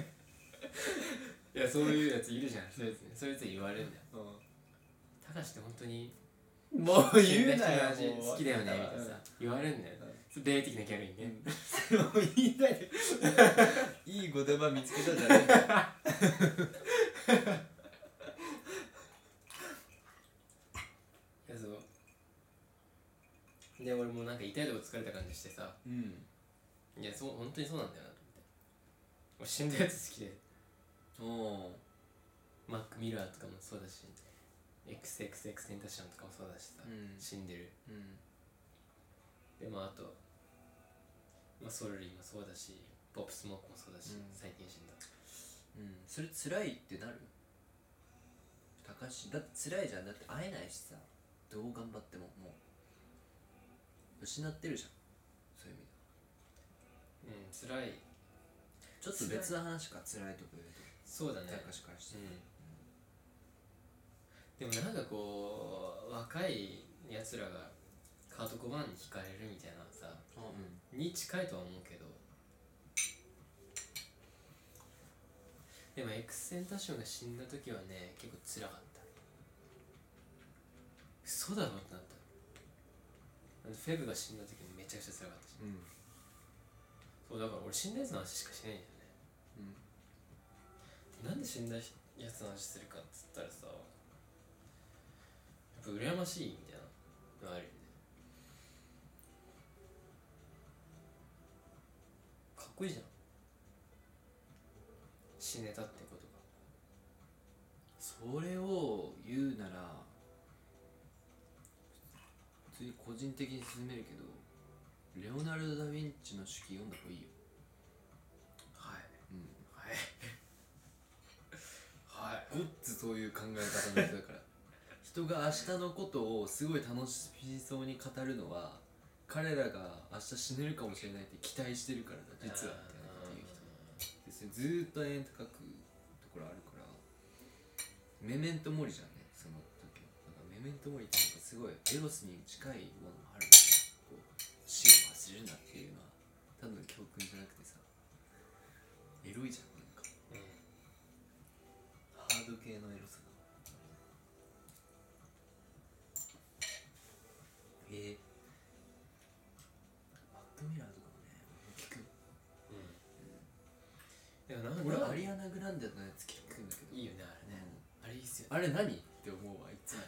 B: いやそういうやついるじゃんそういうやつねそういうやつに言われるんだよたかしって本当 (laughs) に
C: もう
B: 死ん
C: 言
B: だ人
C: うな
B: の
C: よ
B: 話
C: もう
B: 好きだよねみたいなさ言われるんだよ霊的なギャルにね、
C: うんもう言いたいで (laughs) いい言葉見つけたじゃない
B: いやそうで俺もうなんか痛いとこ疲れた感じしてさ
C: うん
B: いやそう本当にそうなんだよなと思って俺死んだやつ好きで
C: おお
B: マック・ミラーとかもそうだし XXX テンタションとかもそうだしさ、
C: うん
B: 死んでる
C: う
B: で
C: ん
B: まああと、まあ、ソルリーもそうだしポップスモークもそうだし、
C: うん
B: 最近死んだ
C: うんそれ辛いってなるかしだって辛いじゃんだって会えないしさどう頑張ってももう失ってるじゃんそういう意味で
B: うん辛い
C: はちょっと別の話か辛いとこ言う
B: そうだ
C: と
B: ね
C: 高しからして
B: うんでもなんかこう若いやつらがカートコバンに惹かれるみたいなさ
C: あうん
B: に近いとは思うけどでもエクセンタションが死んだ時はね結構辛かった嘘だろってなったあのフェブが死んだ時もめちゃくちゃ辛かったし
C: うん
B: そうだから俺死んだやつの話しかしないんだよね
C: うん
B: なんで死んだやつの話するかっつったらさやっぱ羨ましいみたいなのあるよねかっこいいじゃん死ねたってことが
C: それを言うなら普通に個人的に進めるけどレオナルド・ダ・ヴィンチの手記読んだ方がいいよ
B: はい
C: うん
B: はいはい
C: ごっつそういう考え方の人だから (laughs) 人が明日のことをすごい楽しみそうに語るのは彼らが明日死ねるかもしれないって期待してるからだ実はっていう人でそれずーっと永遠と書くところあるからメメントモリじゃんねその時なんかメメントモリってなんかすごいエロスに近いものがあるこう死を忘れるなっていうのは単なる教訓じゃなくてさエロいじゃんなんか
B: うんうん
C: ハード系のエロさがえー、マックミラーとかもね聞く
B: うんいやなんか
C: 俺
B: あ
C: ア
B: れ
C: リアナ・グランデのやつ聞くんだけど
B: いいよねあれね
C: うん
B: あれいいっすよね
C: あれ何って思うわいつも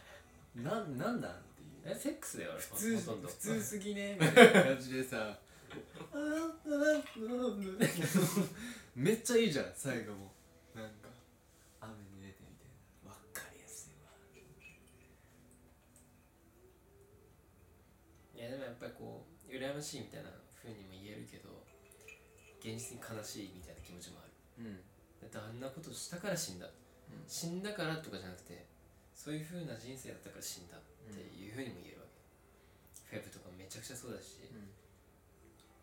C: なんなんなんっていう
B: えセックスだよあれ
C: 普通
B: ほとんど
C: 普通すぎねみたいな感じでさあーめっちゃいいじゃん最後もなんか雨濡れてみたいなわかりやすいわ
B: いやでもやっぱりこう羨ましいみたいな風にも言えるけど現実に悲しいみたいな気持ちもある
C: うん
B: だってあんなことしたから死んだ、
C: ん
B: 死んだからとかじゃなくてそういう風な人生だったから死んだっていう風にも言えるわけ、フェブとかめちゃくちゃそうだし、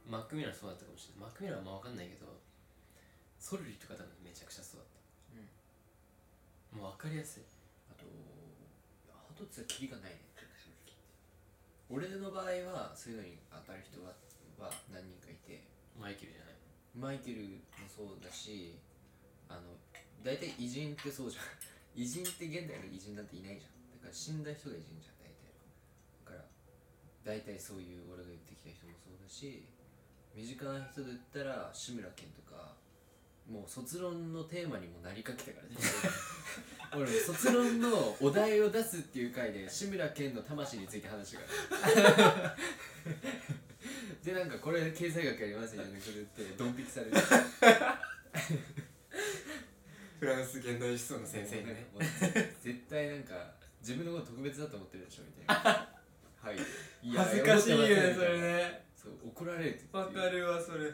B: マックミラーそうだったかもしれないマックミラーはあんま分かんないけどソルリとか多分めちゃくちゃそうだった、もう分かりやすい
C: あとハトツはキリがないね俺の場合はそういうのに当たる人はは何人かいて
B: マイケルじゃない
C: マイケルもそうだしあの大体偉人ってそうじゃん (laughs) 偉人って現代の偉人なんていないじゃんだから死んだ人が偉人じゃん大体だから大体そういう俺が言ってきた人もそうだし身近な人で言ったら志村けんとかもう卒論のテーマにもなりかけたからね (laughs) 俺も卒論のお題を出すっていう回で志村けんの魂について話したからでなんかこれ経済学やりますよねこれってドン引きされて
B: フランス現代思想の先生にね
C: もう (laughs) 絶対なんか自分のこと特別だと思ってるでしょみたいなはいいや
B: 恥ずかしいよ
C: 思ってませ
B: ね
C: ん
B: それね
C: そう怒られるって言
B: わ
C: って
B: かるわそれ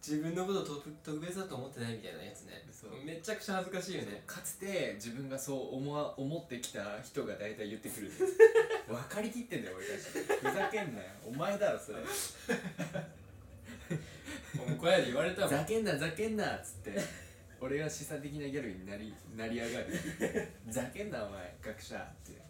B: 自分のことと特別だと思ってないみたいなやつね
C: そう
B: めちゃくちゃ恥ずかしいよね
C: かつて自分がそう思わ思ってきた人が大体言って
B: (laughs)
C: くる分かりきってんだよ俺たちふざけんなよお前だろそれ
B: もうこやで言われたもん
C: ざけんなざけんなっつって俺が示唆的なギャルになり成り上がるざけんなお前学者って